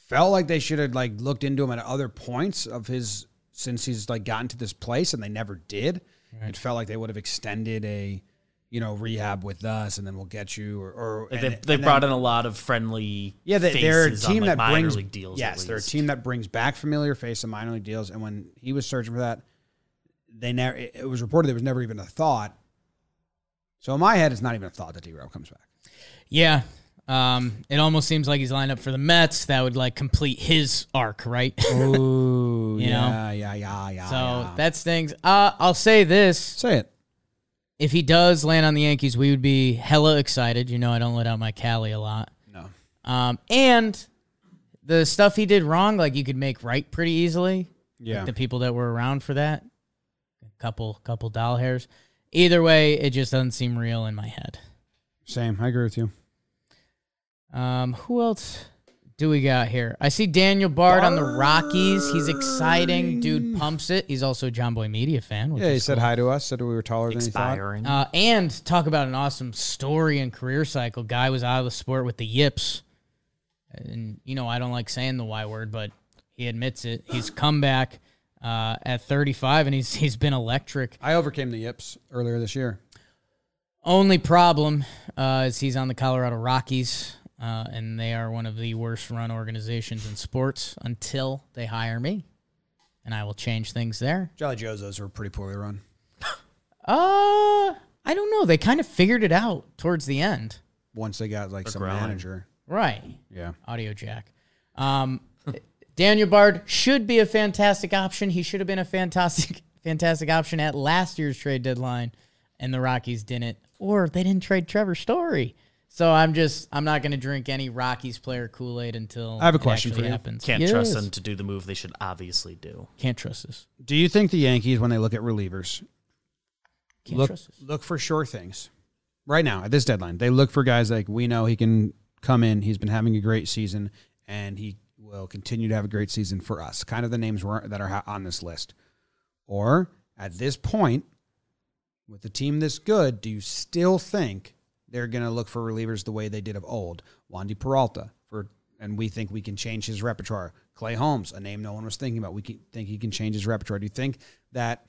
felt like they should have like looked into him at other points of his since he's like gotten to this place, and they never did. It felt like they would have extended a you know rehab with us, and then we'll get you or, or
Like
and-
they they
and
brought
then-
in a lot of friendly.
yeah, they, they're a
faces on,
team
like,
that
minor
brings
league deals. at
Yes, they're a
least.
team that brings back familiar face and minor league deals. And when he was searching for that, they never. It it was reported there was never even a thought. So in my head, it's not even a thought that D. Row comes back.
Yeah. Um, it almost seems like he's lined up for the Mets. That would like complete his arc, right?
Ooh,
You
yeah,
know?
yeah, yeah, yeah.
so
Oh, yeah.
that stings. Uh, I'll say this:
say it.
if he does land on the Yankees, we would be hella excited. You know, I don't let out my Cali a lot.
No,
Um, and the stuff he did wrong, like you could make right pretty easily.
yeah,
The people that were around for that, a couple couple doll hairs. Either way, it just doesn't seem real in my head.
same. I agree with you.
Um, who else do we got here? I see Daniel Bard on the Rockies. He's exciting. Dude pumps it. He's also a John Boy Media fan. Which
Yeah, he
is
said hi to us. Said we were taller than he thought.
expiring.
Uh, and talk about an awesome story and career cycle. Guy was out of the sport with the yips. And, you know, I don't like saying the Y word, but he admits it. He's come back uh, at 35 and he's he's been electric.
I overcame the yips earlier this year.
Only problem uh, is he's on the Colorado Rockies, uh, and they are one of the worst run organizations in sports until they hire me. And I will change things there.
Jolly Joes were pretty poorly run.
Uh, I don't know. They kind of figured it out towards the end.
Once they got like some
growing.
manager.
Right.
Yeah.
audio jack. Um, Daniel Bard should be a fantastic option. He should have been a fantastic, fantastic option at last year's trade deadline, and the Rockies didn't, or they didn't trade Trevor Story. So I'm just, I'm not going to drink any Rockies player Kool Aid until
I have a
it
question for
actually
you.
Happens.
Can't
Yes.
trust them to do the move they should obviously do.
Can't trust this.
Do you think the Yankees, when they look at relievers,
Can't
look
trust this.
look for sure things right now at this deadline. They look for guys like we know he can come in. He's been having a great season, and he will continue to have a great season for us. Kind of the names we're- that are ha- on this list, or at this point, with a team this good, do you still think they're going to look for relievers the way they did of old? Wandy Peralta for, and we think we can change his repertoire. Clay Holmes, a name no one was thinking about. We can, think he can change his repertoire. Do you think that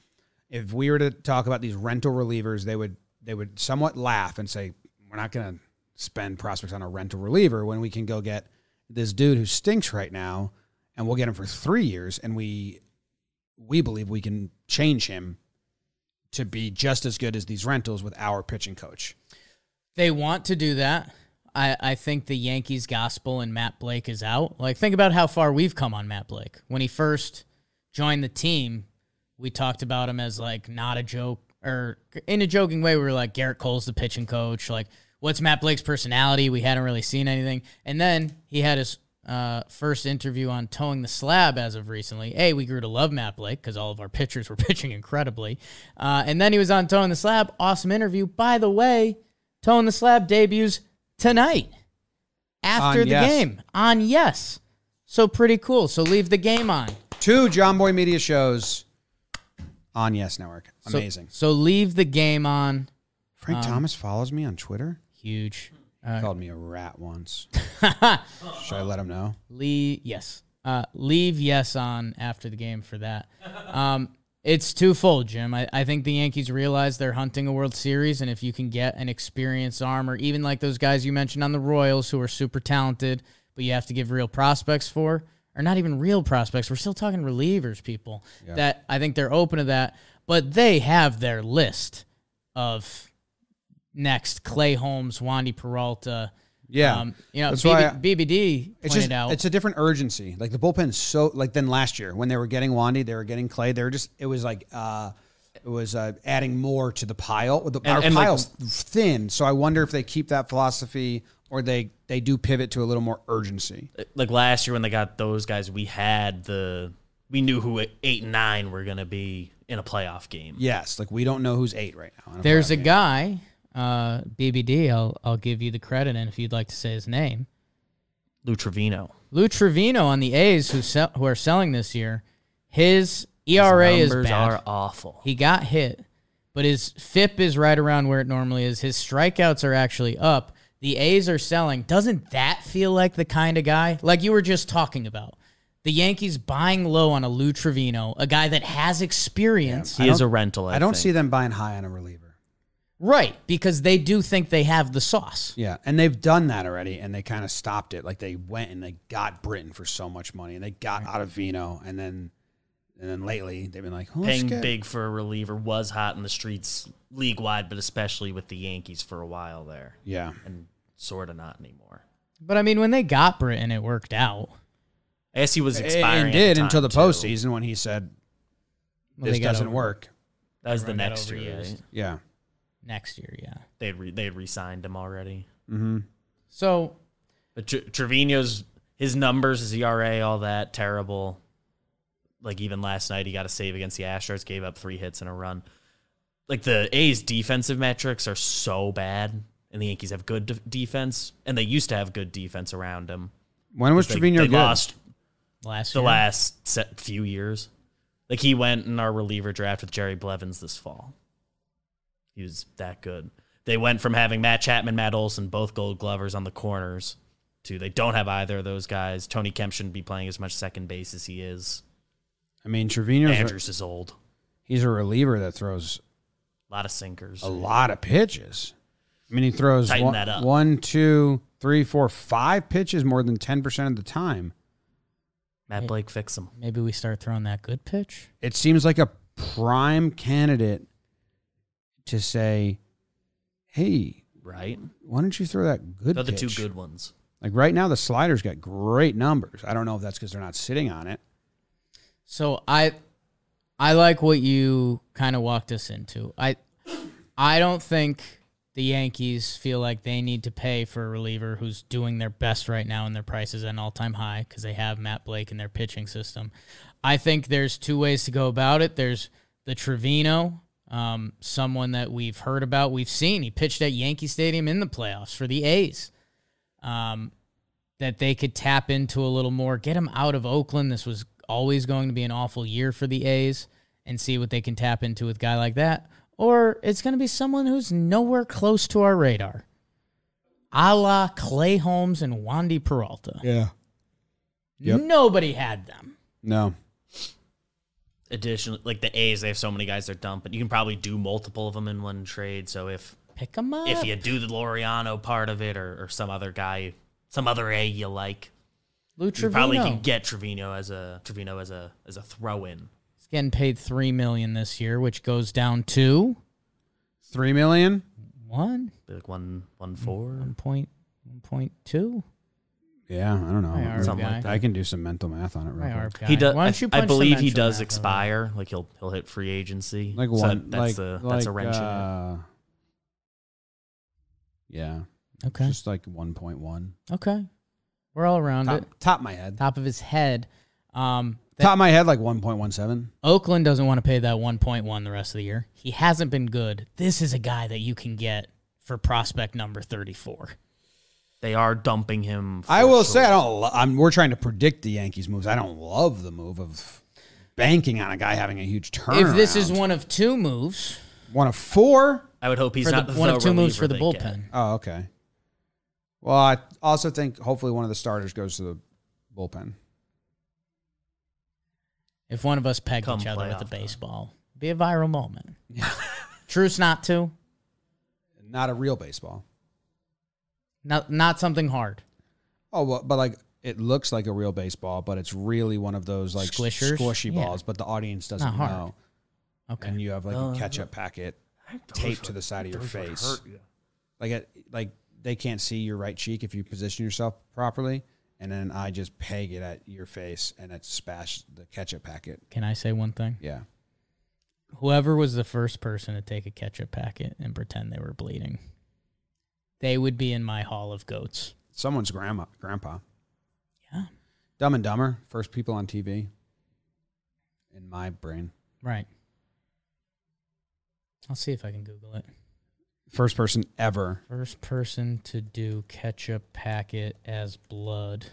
if we were to talk about these rental relievers, they would they would somewhat laugh and say, "We're not going to spend prospects on a rental reliever when we can go get this dude who stinks right now, and we'll get him for three years, and we we believe we can change him to be just as good as these rentals with our pitching coach."
They want to do that. I, I think the Yankees gospel and Matt Blake is out. Like, think about how far we've come on Matt Blake. When he first joined the team, we talked about him as like not a joke or in a joking way. We were like, Garrett Cole's the pitching coach. Like, what's Matt Blake's personality? We hadn't really seen anything. And then he had his uh, first interview on Towing the Slab as of recently. Hey, we grew to love Matt Blake because all of our pitchers were pitching incredibly. Uh, and then he was on Towing the Slab. Awesome interview. By the way, Towing the Slab debuts tonight after
On
the
Yes.
game on Yes. So pretty cool. So leave the game on.
Two John Boy Media shows on Yes Network.
So- um,
Amazing.
So, leave the game on.
Frank Thomas follows me on Twitter.
Huge.
He called me a rat once. Should I let him know?
Leave yes. Uh, leave yes on after the game for that. Um, it's twofold, Jim. I, I think the Yankees realize they're hunting a World Series, and if you can get an experienced arm, or even like those guys you mentioned on the Royals who are super talented, but you have to give real prospects for, or not even real prospects. We're still talking relievers, people. That I think they're open to that, but they have their list of next Clay Holmes, Wandy Peralta.
Yeah.
Um, you know,
That's
BB,
why I-
BBD pointed
it's just
out.
it's a different urgency. Like the bullpen's so like then last year when they were getting Wandy, they were getting Clay. They were just it was like uh it was uh, adding more to the pile. The, our
and, like-
pile's thin, so I wonder if they keep that philosophy or they they do pivot to a little more urgency.
like last year when they got those guys, we had the we knew who at eight and nine were gonna be in a playoff game.
Yes, like we don't know who's eight right now. I don't
There's a
know.
guy, uh, BBD. I'll I'll give you the credit, and if you'd like to say his name,
Lou Trevino.
Lou Trevino on the A's, who sell, who are selling this year, his
E
ERA is
Numbers
bad.
are awful.
He got hit, but his FIP is right around where it normally is. His strikeouts are actually up. The A's are selling. Doesn't that feel like the kind of guy like you were just talking about? The Yankees buying low on a Lou Trevino, a guy that has experience.
He is a rental. I,
I don't
think.
see them buying high on a reliever.
Right, because they do think they have the sauce.
Yeah, and they've done that already, and they kind of stopped it. Like they went and they got Britain for so much money, and they got out of Vino, and then and then lately they've been like oh, let's
paying
get-
big for a reliever was hot in the streets league wide, but especially with the Yankees for a while there,
Yeah,
and sort of not anymore.
But I mean, when they got Britain, it worked out.
I guess he was
and,
expiring. at
did
time,
until the
too.
postseason when he said
When
this
they got
doesn't
over-
work.
That was the
Everyone got
next year.
overused.
right?
Yeah,
Next year, yeah.
They had re- they had re-signed him already.
Mm-hmm.
So
But Tr- Trevino's his numbers, his ERA, all that terrible. Like even last night, he got a save against the Astros, gave up three hits and a run. Like the A's defensive metrics are so bad, and the Yankees have good de- defense, and they used to have good defense around him.
when was
They,
Trevino
they
good?
lost
last
the
year,
last set, few years. Like he went in our reliever draft with Jerry Blevins this fall. He was that good. They went from having Matt Chapman, Matt Olson, both Gold Glovers on the corners, to they don't have either of those guys. Tony Kemp shouldn't be playing as much second base as he is.
I mean, Trevino's a,
Andrews is old.
he's a reliever that throws
A lot of sinkers.
a lot of pitches. I mean, he throws
Tighten
one,
that up.
one, two, three, four, five pitches more than ten percent of the time.
Matt Blake fix him.
maybe we start throwing that good pitch.
it seems like a prime candidate to say, "Hey,
Right?
why don't you throw that good
The other two
pitch?"
good ones.
Like right now, the sliders got great numbers. I don't know if that's because they're not sitting on it.
So I, I like what you kind of walked us into. I, I don't think the Yankees feel like they need to pay for a reliever who's doing their best right now and their price is at an all-time high because they have Matt Blake in their pitching system. I think there's two ways to go about it. There's the Trevino, um, someone that we've heard about, we've seen. He pitched at Yankee Stadium in the playoffs for the A's. Um, that they could tap into a little more, get him out of Oakland. This was always going to be an awful year for the A's and see what they can tap into with a guy like that. Or it's going to be someone who's nowhere close to our radar, a la Clay Holmes and Wandy Peralta.
Yeah. Yep.
Nobody had them.
No.
Additionally, like the A's, they have so many guys they're dumping. You can probably do multiple of them in one trade. So if
Pick them up.
if you do the Loriano part of it or, or some other guy, some other A you like,
Lou
you probably
Trevino.
can get Trevino as a Trevino as a as a throw in.
He's getting paid three million this year, which goes down to
Three million.
one
Like one one four.
Mm,
point 1.2?
Yeah, I don't know.
My
I,
arm
Something
guy.
like
I can do some mental math on it.
My
Right.
arm guy.
He does.
Why don't you
I,
punch
I
the
believe he
mental
does
math over?
expire. Like he'll he'll hit free agency.
Like
So
one. like,
that's a that's a
like,
wrench. in it.
Uh, yeah,
Okay.
just like one point one.
Okay. We're all around
Top,
it.
top of my head.
Top of his head. Um, that
Top of my head, like one point one seven.
Oakland doesn't want to pay that 1.1 the rest of the year. He hasn't been good. This is a guy that you can get for prospect number 34.
They are dumping him.
I
for
will
sure.
say I don't. Lo- I'm, we're trying to predict the Yankees' moves. I don't love the move of banking on a guy having a huge turn.
If this is one of two moves,
one of four.
I would hope he's
for
not
the, one of two moves for the
reliever they
bullpen.
get.
Oh, okay. Well, I also think hopefully one of the starters goes to the bullpen.
If one of us pegged
Come
each other with a
playoff time.
baseball, be a viral moment. Truce not to,
Not a real baseball.
not not something hard.
Oh, well, but like it looks like a real baseball, but it's really one of those like
Squishers?
squishy
Yeah.
balls. But the audience doesn't
Not hard.
know,
Okay. Oh.
and you have like
Uh,
a ketchup packet taped to the side of your face. Like it, like they can't see your right cheek if you position yourself properly, and then I just peg it at your face and it smashed the ketchup packet.
Can I say one thing?
Yeah,
Whoever was the first person to take a ketchup packet and pretend they were bleeding, they would be in my hall of goats.
someone's grandma, grandpa.
Yeah.
Dumb and Dumber, first people on TV. In my brain,
Right. I'll see if I can Google it.
first person ever.
First person to do ketchup packet as blood.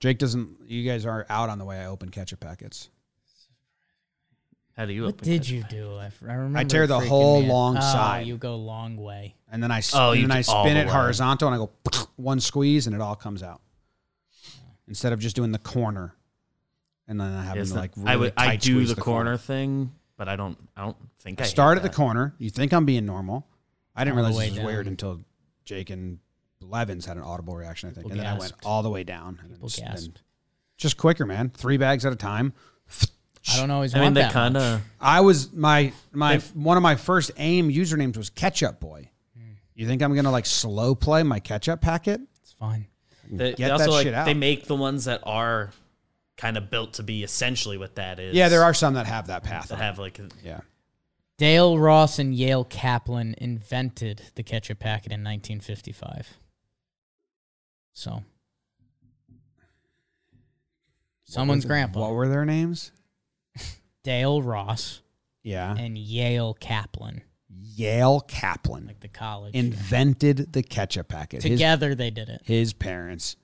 Jake doesn't. You guys are out on the way I open ketchup packets.
How do you?
What
open
did
that?
you do? I, f- I remember.
I tear
it
the
freaking
whole
me out.
long
Oh,
side.
You go long way.
and then I s-
Oh, you
and then I
do all
spin
the
it
way.
horizontal and I go one squeeze and it all comes out. Instead of just doing the corner, and then I have
Is
to
that-
like really
I would. I
tight
do
squeeze
the, corner, thing, but I don't. I don't think
I
I, hit
start at the
that.
corner. You think I'm being normal? I didn't
All the
realize
way
this was
down.
weird until Jake and Levins had an audible reaction. I think,
People
and then I went
gasped.
all the way down. And
People
then s- then-
gasped.
Just quicker, man. Three bags at a time.
I don't always
I mean,
want
they
that
kind
much.
of.
I was my my one of my first aim usernames was Ketchup Boy. You think I'm gonna like slow play my ketchup packet?
It's fine.
They, they
Get
also
that
like
shit out.
they make the ones that are kind of built to be essentially what that is.
Yeah, there are some that have that path.
that have like
yeah,
Dale Ross and Yale Kaplan invented the ketchup packet in 1955. So, someone's grandpa,
What were their names?
Dale Ross
Yeah,
and Yale Kaplan,
Yale Kaplan
like the college.
invented the ketchup packet. His,
Together they did it.
his parents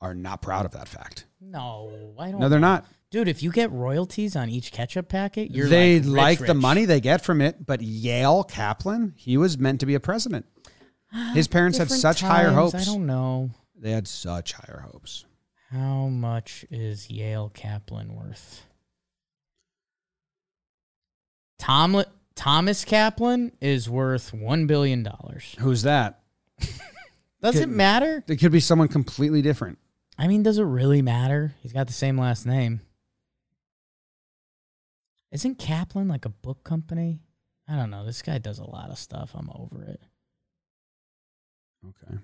are not proud of that fact.
No, I don't.
No, they're not.
Dude, if you get royalties on each ketchup packet, you're
they
like,
like,
rich,
the
rich.
money they get from it, but Yale Kaplan, he was meant to be a president. His parents had
Different
such higher
times,
hopes.
I don't know
They had such higher hopes.
how much is Yale Kaplan worth. Tom Thomas Kaplan is worth one billion dollars.
Who's that?
Does it
Couldn't-
matter?
It could be someone completely different.
I mean, does it really matter? He's got the same last name. Isn't Kaplan like a book company? I don't know. This guy does a lot of stuff. I'm over it.
Okay.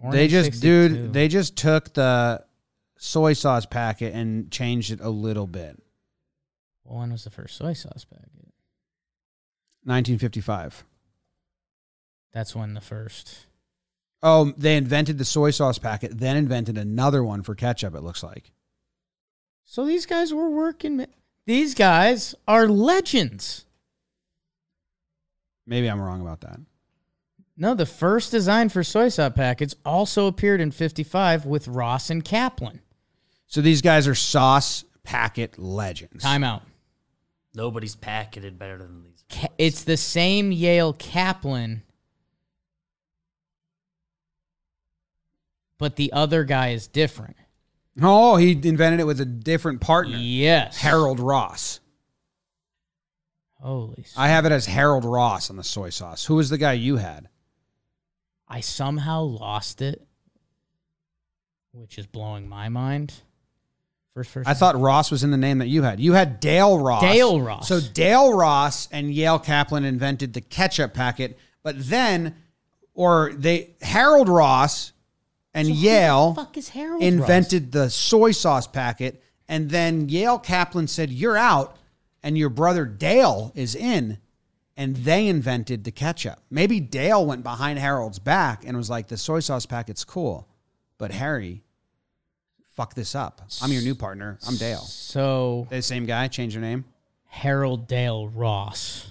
Born
they
in
just,
62.
dude, they just took the soy sauce packet and changed it a little bit.
Well, when was the first soy sauce packet?
1955.
That's when the first.
Oh, they invented the soy sauce packet, then invented another one for ketchup, it looks like.
So these guys were working. ma- These guys are legends.
Maybe I'm wrong about that.
No, the first design for soy sauce packets also appeared in 55 with Ross and Kaplan.
So these guys are sauce packet legends.
Timeout.
nobody's packeted better than these.
Ka- It's the same Yale Kaplan, but the other guy is different.
Oh, he invented it with a different partner,
Yes.
Harold Ross.
Holy. s- I,
I have it as Harold Ross on the soy sauce. Who was the guy you had?
somehow lost it, which is blowing my mind. First, first.
I thought Ross was in the name that you had. You had Dale Ross.
Dale Ross.
So Dale Ross and Yale Kaplan invented the ketchup packet, but then or they Harold Ross and Yale
fuck is Harold
invented the soy sauce packet, and then Yale Kaplan said, "You're out," and your brother Dale is in, and they invented the ketchup. Maybe Dale went behind Harold's back and was like, "The soy sauce packet's cool, but Harry, fuck this up. I'm your new partner. I'm Dale."
So
The same guy, change your name.
Harold Dale Ross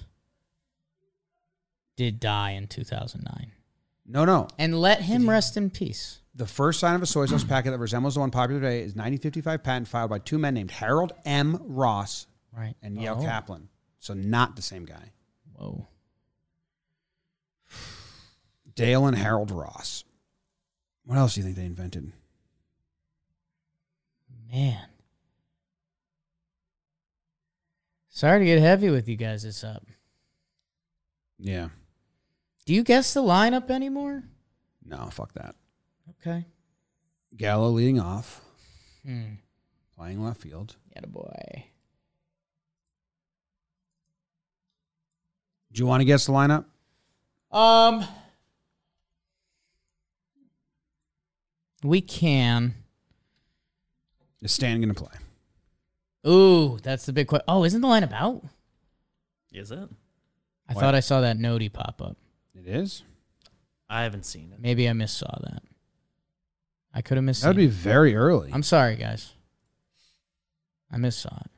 did die in 2009.
No, no.
And let him rest in peace.
The first sign of a soy sauce packet that resembles the one popular today is 1955 patent filed by two men named Harold M. Ross
Right.
and Yale Kaplan. So not the same guy.
Oh, Whoa.
Dale and Harold Ross. What else do you think they invented?
Man. Sorry to get heavy with you guys this up.
Yeah.
Do you guess the lineup anymore?
No, fuck that.
Okay.
Gallo leading off,
Hmm.
playing left field.
boy.
Do you want to guess the lineup?
Um,
We can.
Is Stan going to play?
Ooh, that's the big question. Oh, isn't the lineup out?
Is it?
I
What?
thought I saw that Nody pop up.
It is.
I haven't seen it.
Maybe I missaw that. I could have missed
That would be very early.
I'm sorry, guys. I missaw it.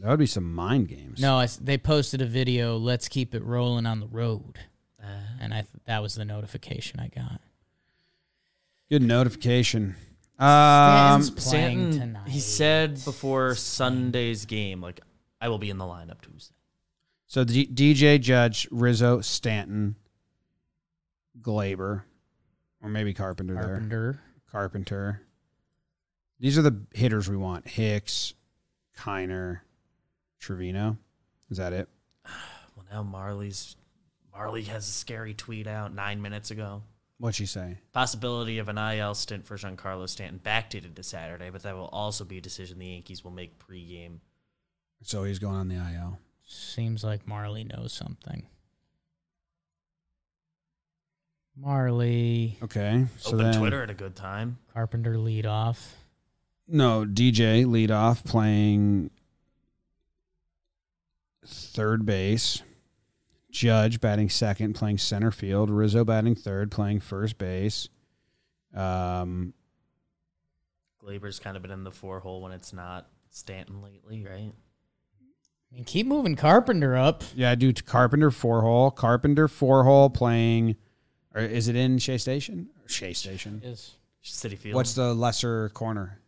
That would be some mind games.
No, I s they posted a video. Let's keep it rolling on the road,
Uh,
and I th- that was the notification I got.
Good notification. Um,
Stan's- playing
Stanton,
tonight.
he said before Sunday's game, like, I will be in the lineup Tuesday.
So D- DJ Judge, Rizzo, Stanton, Glaber, or maybe Carpenter, there.
Carpenter.
Carpenter. These are the hitters we want. Hicks, Kiner, Trevino. Is that it?
Well, now Marley's Marley has a scary tweet out nine minutes ago.
What'd she say?
Possibility of an IL stint for Giancarlo Stanton backdated to Saturday, but that will also be a decision the Yankees will make pregame.
So he's going on the IL.
Seems like Marley knows something. Marley
Okay. So
Open
then,
Twitter at a good time.
Carpenter lead off.
No, DJ lead off playing third base. Judge batting second, playing center field. Rizzo batting third, playing first base. Um,
Glaber's kind of been in the four hole when it's not Stanton lately, right?
I mean, keep moving Carpenter up.
yeah, I do t- Carpenter four hole. Carpenter four hole playing, or is it in Shea Station? Shea Station.
Is
City Field.
What's the lesser corner?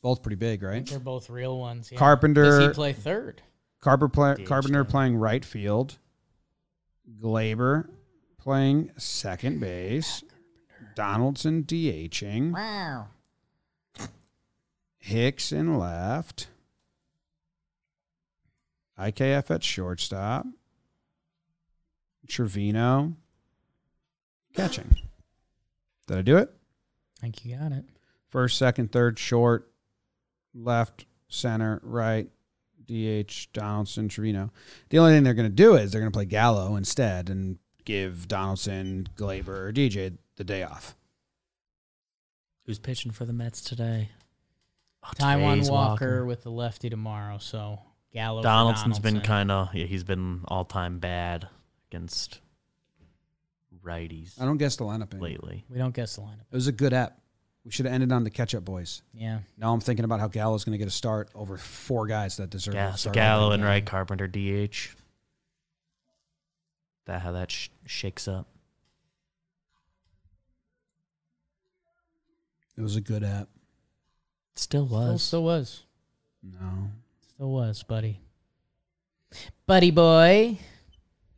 Both pretty big, right?
they're both real ones. Yeah.
Carpenter.
Does he play third?
Carper play,
DH
Carpenter
now.
playing right field. Glaber playing second base. Donaldson DHing.
Wow.
Hicks in left. IKF at shortstop. Trevino catching. Did I do it?
I think you got it.
First, second, third, short, left, center, right, DH, Donaldson, Trevino. The only thing they're going to do is they're going to play Gallo instead and give Donaldson, Glaber, or DJ the day off.
Who's pitching for the Mets today? Oh,
Taiwan
today's
Walker, with the lefty tomorrow. So Gallo. for
Donaldson's been
Donaldson.
kind of yeah, he's been all time bad against righties
I don't guess the lineup. Anymore. It
lately.
We don't guess the lineup.
was a good app. We should have ended on the catch up boys.
Yeah.
Now I'm thinking about how Gallo's going to get a start over four guys that deserve
Yeah,
a
so
start.
Gallo and Wright Carpenter DH. That how that sh- shakes up.
It was a good app.
Still
Still,
was.
still was.
No.
Still was, buddy. Buddy boy.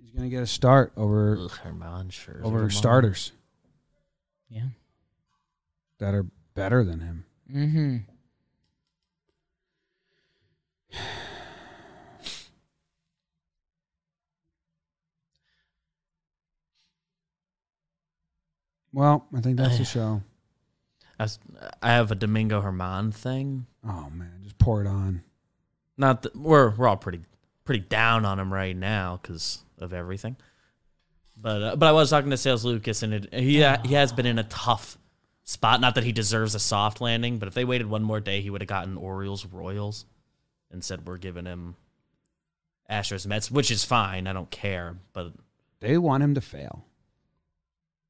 He's going to get a start over
Ugh, Herman Scherzer.
over
Come on.
starters
Yeah.
that are better than him.
Mm-hmm.
Well, I think that's the show.
I, was- I have a Domingo Herman thing.
Oh man, just pour it on.
Not that we're we're all pretty pretty down on him right now because of everything. But uh, but I was talking to Sales Lucas, and it, he uh, he has been in a tough spot. Not that he deserves a soft landing, but if they waited one more day, he would have gotten Orioles Royals, and said we're giving him Astros Mets, which is fine. I don't care, but
They want him to fail.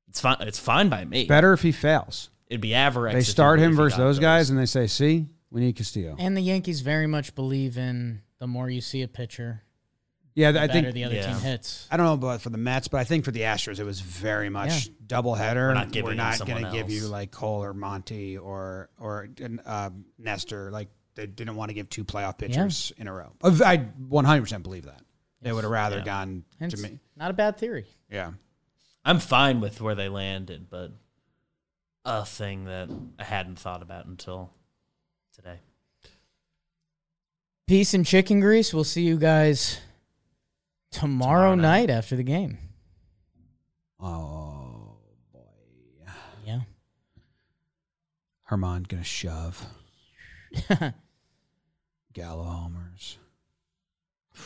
it's fine. It's fine by me.
Better if he fails.
It'd be Avarex.
They
if he
start
really
him versus
got
those guys, and they say, "See, we need Castillo."
Eh.
And the Yankees very much believe in the more you see a pitcher,
Yeah,
the
I
better
think
the other
yeah.
team hits.
I don't know about for the Mets, but I think for the Astros, it was very much doubleheader.
We're not giving
We're
him
not
someone
going to give you
else.
like Cole or Monty or or uh, Nestor. Like they didn't want to give two playoff pitchers in a row. I 100 percent believe that they would have rather
Yeah.
gone
And
to
it's
me.
not a bad theory.
Yeah,
I'm fine with where they landed, but a thing that I hadn't thought about until today.
Peace and chicken grease. We'll see you guys tomorrow,
Tomorrow night.
night after the game.
Oh boy,
Yeah.
Herman gonna shove Gallo homers.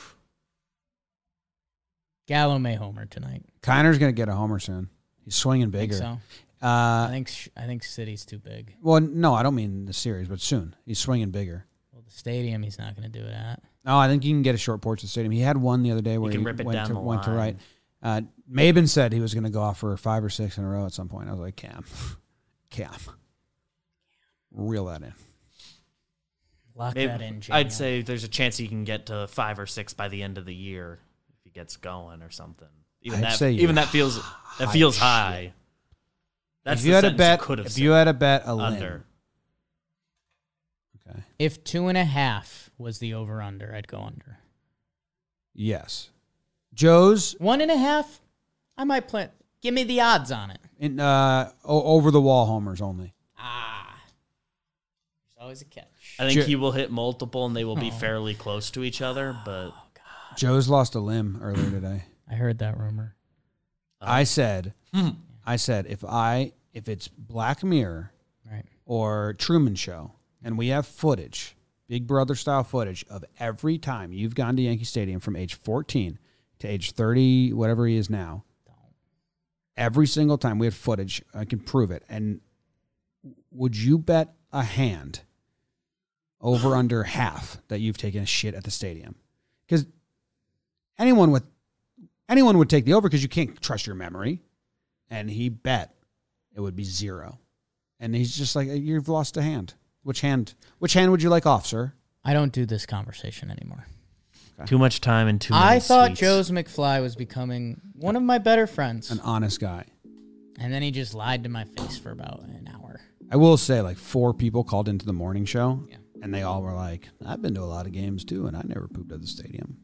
Gallo may homer tonight.
Kiner's gonna get a homer soon. He's swinging
I think
bigger.
so. I
Uh,
think sh- I think City's too big.
well, no, I don't mean the series, but soon he's swinging bigger.
Well, the stadium he's not going to do it at.
No, Oh, I think you can get a short porch at the stadium. He had one the other day where
can
he
rip it
went,
down
to,
the
went to
line.
right. Uh, Maben said he was going to go off for five or six in a row at some point. I was like, Cam, Cam, reel that in.
Lock
Maybe-
that in. Jamie.
I'd say there's a chance he can get to five or six by the end of the year if he gets going or something. Even
I'd
that,
say you're
even that feels that feels
as
high. That's
if you
the
had a
sentence you
bet,
could have
if you had a bet, a
said
limb.
under.
Okay.
if two and a half was the over under, I'd go under.
Yes. Joe's
One and a half, I might play. Give me the odds on it.
in, uh, o- over the wall homers only.
Ah, there's always a catch.
I think
Ju-
he will hit multiple and they will be fairly close to each other, but
Joe's lost a limb earlier today.
I heard that rumor.
Uh-huh. uh,
I said,
Hmm.
I said, if I if it's Black Mirror,
Right.
or Truman Show, and we have footage, Big Brother style footage of every time you've gone to Yankee Stadium from age 14 to age 30, whatever he is now. Every single time we had footage, I can prove it. And would you bet a hand over under half that you've taken a shit at the stadium? Because anyone with anyone would take the over because you can't trust your memory. And he bet it would be zero. And he's just like, "You've lost a hand. Which hand? Which hand would you like off, sir?"
I don't do this conversation anymore.
too much time and too.
I thought Joe's McFly was becoming one of my better friends,
An honest guy.
and then he just lied to my face for about an hour.
I will say, like four people called into the morning show, and they all were like, "I've been to a lot of games too, and I never pooped at the stadium."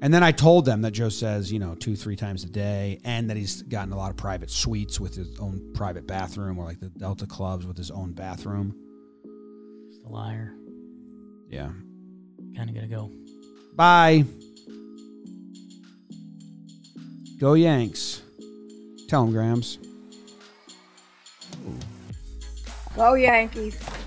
And then I told them that Joe says, you know, two, three times a day, and that he's gotten a lot of private suites with his own private bathroom, or like the Delta clubs with his own bathroom.
Just a liar.
Yeah.
Kind of gotta go.
Bye. Go Yanks. Tell 'em, Grams.
Go Yankees.